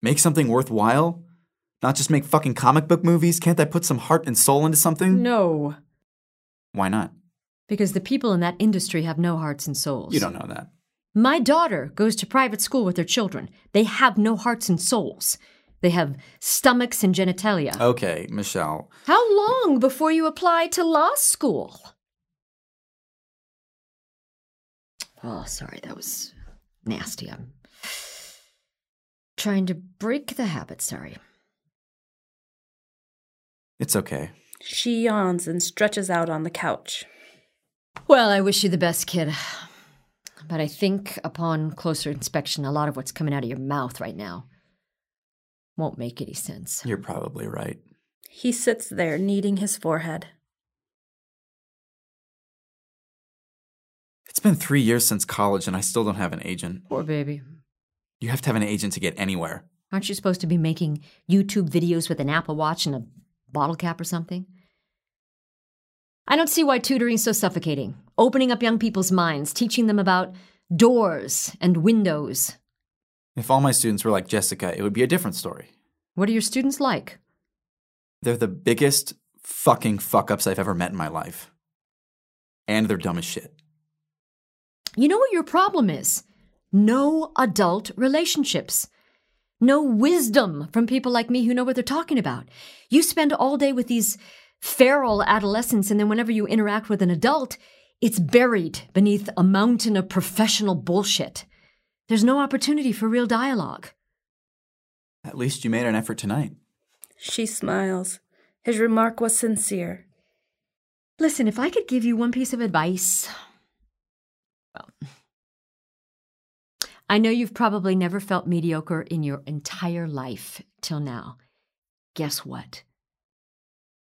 Speaker 4: Make something worthwhile? Not just make fucking comic book movies? Can't I put some heart and soul into something?
Speaker 3: No.
Speaker 4: Why not?
Speaker 3: Because the people in that industry have no hearts and souls.
Speaker 4: You don't know that.
Speaker 3: My daughter goes to private school with her children. They have no hearts and souls. They have stomachs and genitalia.
Speaker 4: Okay, Michelle.
Speaker 3: How long before you apply to law school? Oh, sorry, that was nasty. I'm trying to break the habit, sorry.
Speaker 4: It's okay.
Speaker 2: She yawns and stretches out on the couch.
Speaker 3: Well, I wish you the best, kid. But I think upon closer inspection, a lot of what's coming out of your mouth right now won't make any sense.
Speaker 4: You're probably right.
Speaker 2: He sits there, kneading his forehead.
Speaker 4: It's been three years since college and I still don't have an agent.
Speaker 3: Poor baby.
Speaker 4: You have to have an agent to get anywhere.
Speaker 3: Aren't you supposed to be making YouTube videos with an Apple Watch and a bottle cap or something? I don't see why tutoring's so suffocating. Opening up young people's minds, teaching them about doors and windows.
Speaker 4: If all my students were like Jessica, it would be a different story.
Speaker 3: What are your students like?
Speaker 4: They're the biggest fucking fuck ups I've ever met in my life. And they're dumb as shit.
Speaker 3: You know what your problem is? No adult relationships. No wisdom from people like me who know what they're talking about. You spend all day with these feral adolescents, and then whenever you interact with an adult, it's buried beneath a mountain of professional bullshit. There's no opportunity for real dialogue.
Speaker 4: At least you made an effort tonight.
Speaker 2: She smiles. His remark was sincere.
Speaker 3: Listen, if I could give you one piece of advice. Well, I know you've probably never felt mediocre in your entire life till now. Guess what?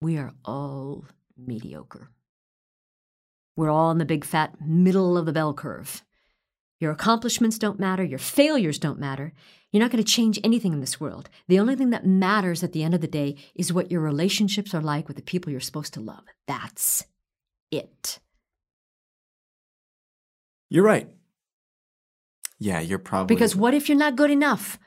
Speaker 3: We are all mediocre. We're all in the big fat middle of the bell curve. Your accomplishments don't matter. Your failures don't matter. You're not going to change anything in this world. The only thing that matters at the end of the day is what your relationships are like with the people you're supposed to love. That's it.
Speaker 4: You're right. Yeah, you're probably.
Speaker 3: Because what if you're not good enough?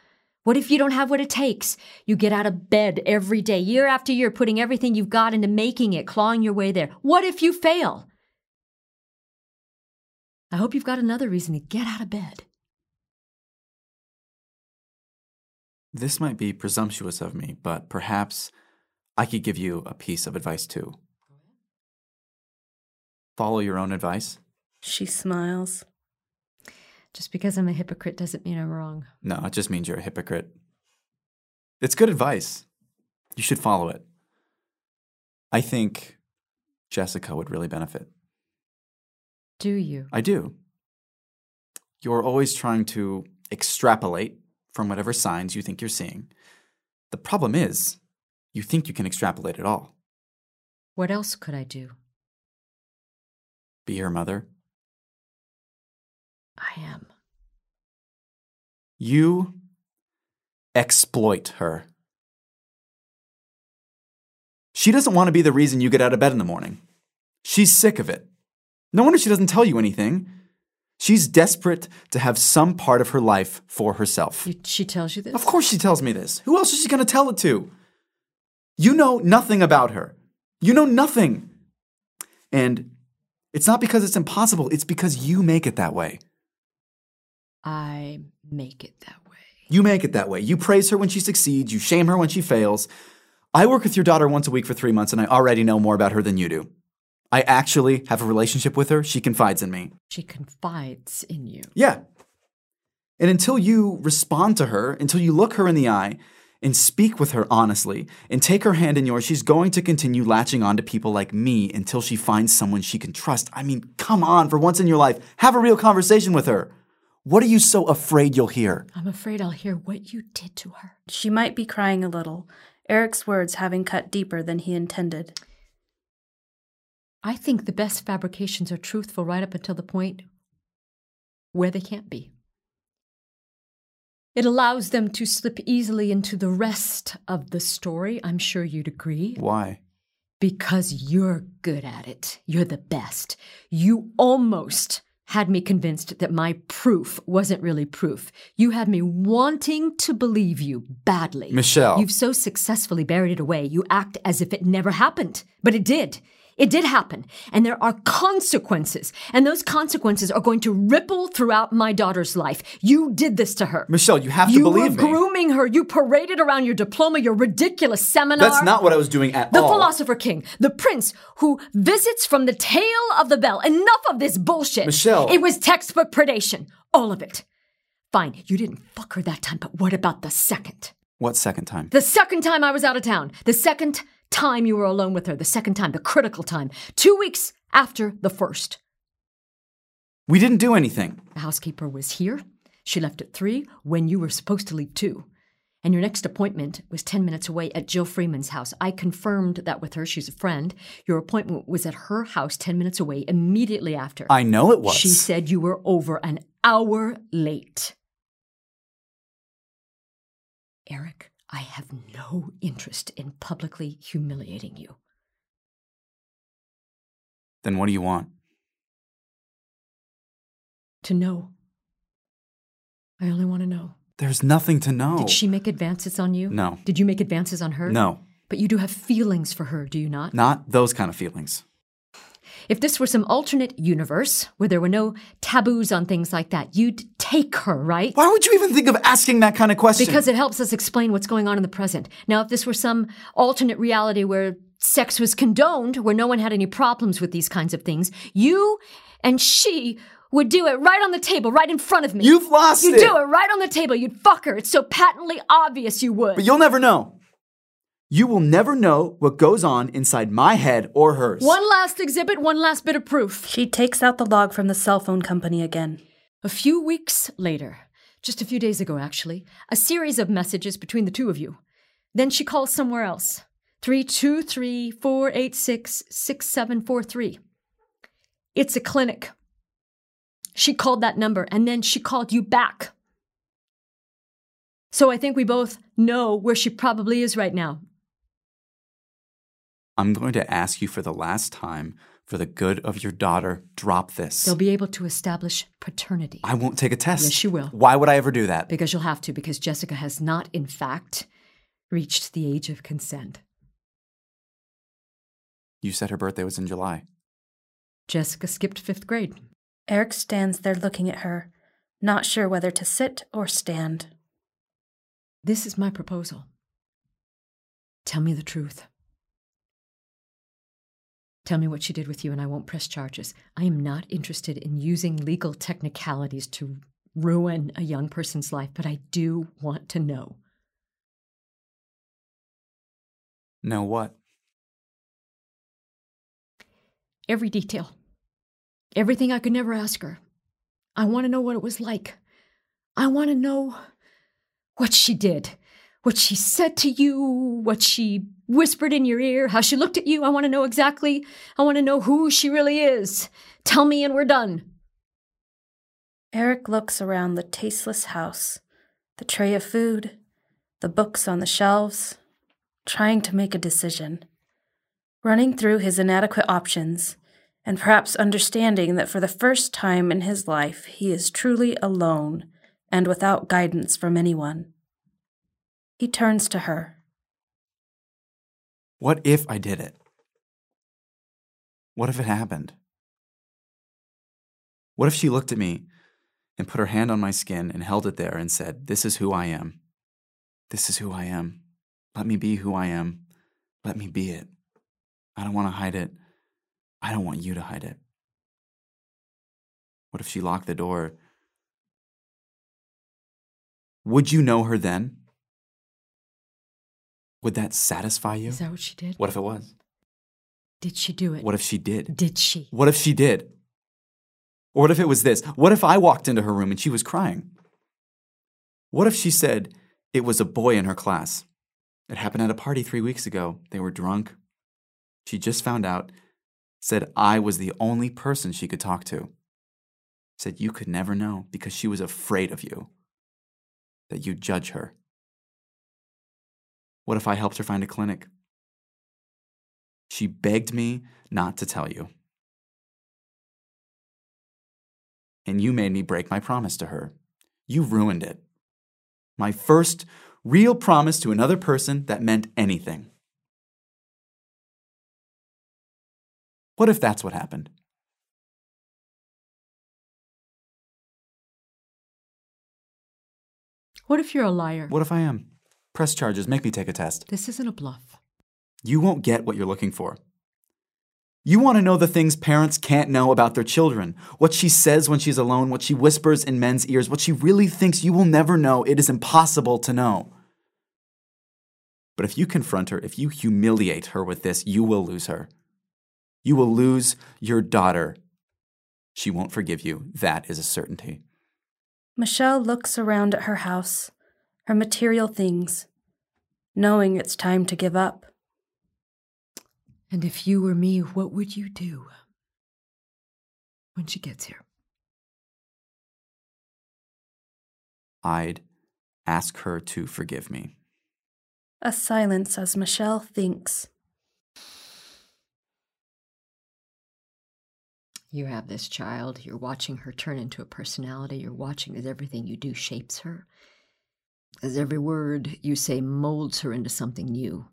Speaker 3: What if you don't have what it takes? You get out of bed every day, year after year, putting everything you've got into making it, clawing your way there. What if you fail? I hope you've got another reason to get out of bed.
Speaker 4: This might be presumptuous of me, but perhaps I could give you a piece of advice too. Follow your own advice?
Speaker 2: She smiles.
Speaker 3: Just because I'm a hypocrite doesn't mean I'm wrong.
Speaker 4: No, it just means you're a hypocrite. It's good advice. You should follow it. I think Jessica would really benefit.
Speaker 3: Do you?
Speaker 4: I do. You're always trying to extrapolate from whatever signs you think you're seeing. The problem is, you think you can extrapolate at all.
Speaker 3: What else could I do?
Speaker 4: Be her mother.
Speaker 3: I am.
Speaker 4: You exploit her. She doesn't want to be the reason you get out of bed in the morning. She's sick of it. No wonder she doesn't tell you anything. She's desperate to have some part of her life for herself.
Speaker 3: You, she tells you this?
Speaker 4: Of course she tells me this. Who else is she going to tell it to? You know nothing about her. You know nothing. And it's not because it's impossible, it's because you make it that way.
Speaker 3: I make it that way.
Speaker 4: You make it that way. You praise her when she succeeds, you shame her when she fails. I work with your daughter once a week for three months, and I already know more about her than you do. I actually have a relationship with her. She confides in me.
Speaker 3: She confides in you.
Speaker 4: Yeah. And until you respond to her, until you look her in the eye and speak with her honestly and take her hand in yours, she's going to continue latching on to people like me until she finds someone she can trust. I mean, come on, for once in your life, have a real conversation with her. What are you so afraid you'll hear?
Speaker 3: I'm afraid I'll hear what you did to her.
Speaker 2: She might be crying a little, Eric's words having cut deeper than he intended.
Speaker 3: I think the best fabrications are truthful right up until the point where they can't be. It allows them to slip easily into the rest of the story. I'm sure you'd agree.
Speaker 4: Why?
Speaker 3: Because you're good at it. You're the best. You almost had me convinced that my proof wasn't really proof. You had me wanting to believe you badly.
Speaker 4: Michelle.
Speaker 3: You've so successfully buried it away, you act as if it never happened. But it did. It did happen. And there are consequences. And those consequences are going to ripple throughout my daughter's life. You did this to her.
Speaker 4: Michelle, you have to
Speaker 3: You
Speaker 4: believe
Speaker 3: were
Speaker 4: me.
Speaker 3: grooming her. You paraded around your diploma, your ridiculous seminar.
Speaker 4: That's not what I was doing at
Speaker 3: The
Speaker 4: all.
Speaker 3: philosopher king, the prince who visits from the tail of the bell. Enough of this bullshit.
Speaker 4: Michelle.
Speaker 3: It was textbook predation. All of it. Fine, you didn't fuck her that time, but what about the second?
Speaker 4: What second time?
Speaker 3: The second time I was out of town. The second time you were alone with her. The second time, the critical time. Two weeks after the first.
Speaker 4: we didn't do anything.
Speaker 3: The housekeeper was here. She left at three when you were supposed to leave too. And your next appointment was 10 minutes away at Jill Freeman's house. I confirmed that with her. She's a friend. Your appointment was at her house 10 minutes away immediately after.
Speaker 4: I know it was.
Speaker 3: She said you were over an hour late. Eric, I have no interest in publicly humiliating you.
Speaker 4: Then what do you want?
Speaker 3: To know. I only want to know.
Speaker 4: There's nothing to know.
Speaker 3: Did she make advances on you?
Speaker 4: Oh. No.
Speaker 3: Did you make advances on her?
Speaker 4: No,
Speaker 3: But you do have feelings for her, do you not?
Speaker 4: not those kind of feelings.
Speaker 3: If this were some alternate universe where there were no taboos on things like that, you'd take her, right?
Speaker 4: Why would you even think of asking that kind of question?
Speaker 3: Because it helps us explain what's going on in the present. Now, if this were some alternate reality where sex was condoned, where no one had any problems with these kinds of things, you and she would do it right on the table, right in front of me.
Speaker 4: You've lost
Speaker 3: You'd
Speaker 4: it.
Speaker 3: do it right on the table. You'd fuck her. It's so patently obvious you would.
Speaker 4: But you'll never know. You will never know what goes on inside my head or hers.
Speaker 3: one last exhibit, one last bit of proof.
Speaker 2: She takes out the log from the cell phone company again.
Speaker 3: A few weeks later, just a few days ago actually, a series of messages between the two of you. Then she calls somewhere else. 323-486-6743. It's a clinic. She called that number and then she called you back. So I think we both know where she probably is right now.
Speaker 4: I'm going to ask you for the last time For the good of your daughter, drop this.
Speaker 3: They'll be able to establish paternity.
Speaker 4: I won't take a test.
Speaker 3: Yes, you will.
Speaker 4: Why would I ever do that?
Speaker 3: Because you'll have to, because Jessica has not, in fact, reached the age of consent.
Speaker 4: You said her birthday was in July.
Speaker 3: Jessica skipped fifth grade.
Speaker 2: Eric stands there looking at her, not sure whether to sit or stand.
Speaker 3: This is my proposal. Tell me the truth. Tell me what she did with you, and I won't press charges. I am not interested in using legal technicalities to ruin a young person's life, but I do want to know.
Speaker 4: Now what?
Speaker 3: every detail, everything I could never ask her. I want to know what it was like. I want to know what she did, what she said to you, what she whispered in your ear, how she looked at you. I want to know exactly. I want to know who she really is. Tell me, and we're done.
Speaker 2: Eric looks around the tasteless house, the tray of food, the books on the shelves, trying to make a decision. Running through his inadequate options, and perhaps understanding that for the first time in his life he is truly alone and without guidance from anyone. He turns to her.
Speaker 4: What if I did it? What if it happened? What if she looked at me and put her hand on my skin and held it there and said, This is who I am. This is who I am. Let me be who I am. Let me be it. I don't want to hide it. I don't want you to hide it. What if she locked the door? Would you know her then? Would that satisfy you?
Speaker 3: Is that what she did?
Speaker 4: What if it was?
Speaker 3: Did she do it?
Speaker 4: What if she did?
Speaker 3: did she?
Speaker 4: What if she did? Or what if it was this? What if I walked into her room and she was crying? What if she said it was a boy in her class? It happened at a party three weeks ago. They were drunk. She just found out, said I was the only person she could talk to. Said you could never know because she was afraid of you, that you'd judge her. What if I helped her find a clinic? She begged me not to tell you. And you made me break my promise to her. You ruined it. My first real promise to another person that meant anything. What if that's what happened?
Speaker 3: What if you're a liar?
Speaker 4: What if I am? Press charges, make me take a test.
Speaker 3: This isn't a bluff.
Speaker 4: You won't get what you're looking for. You want to know the things parents can't know about their children what she says when she's alone, what she whispers in men's ears, what she really thinks you will never know. It is impossible to know. But if you confront her, if you humiliate her with this, you will lose her. You will lose your daughter. She won't forgive you. That is a certainty.
Speaker 2: Michelle looks around at her house, her material things, knowing it's time to give up.
Speaker 3: And if you were me, what would you do when she gets here?
Speaker 4: I'd ask her to forgive me.
Speaker 2: A silence as Michelle thinks.
Speaker 3: You have this child, you're watching her turn into a personality, you're watching as everything you do shapes her, as every word you say molds her into something new.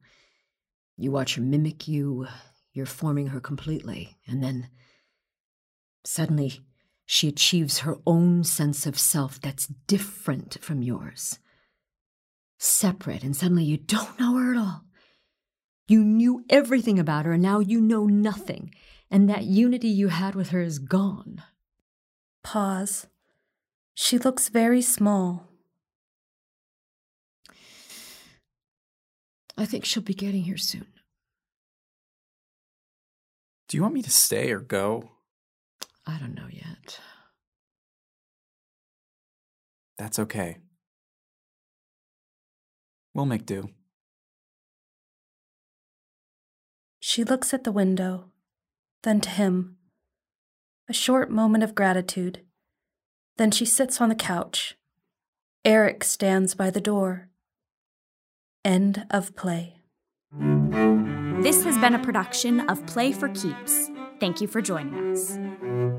Speaker 3: You watch her mimic you, you're forming her completely, and then suddenly she achieves her own sense of self that's different from yours, separate, and suddenly you don't know her at all. You knew everything about her, and now you know nothing. And that unity you had with her is gone.
Speaker 2: Pause. She looks very small.
Speaker 3: I think she'll be getting here soon.
Speaker 4: Do you want me to stay or go?
Speaker 3: I don't know yet.
Speaker 4: That's okay. We'll make do.
Speaker 2: She looks at the window, then to him. A short moment of gratitude. Then she sits on the couch. Eric stands by the door. End of play.
Speaker 1: This has been a production of Play for Keeps. Thank you for joining us.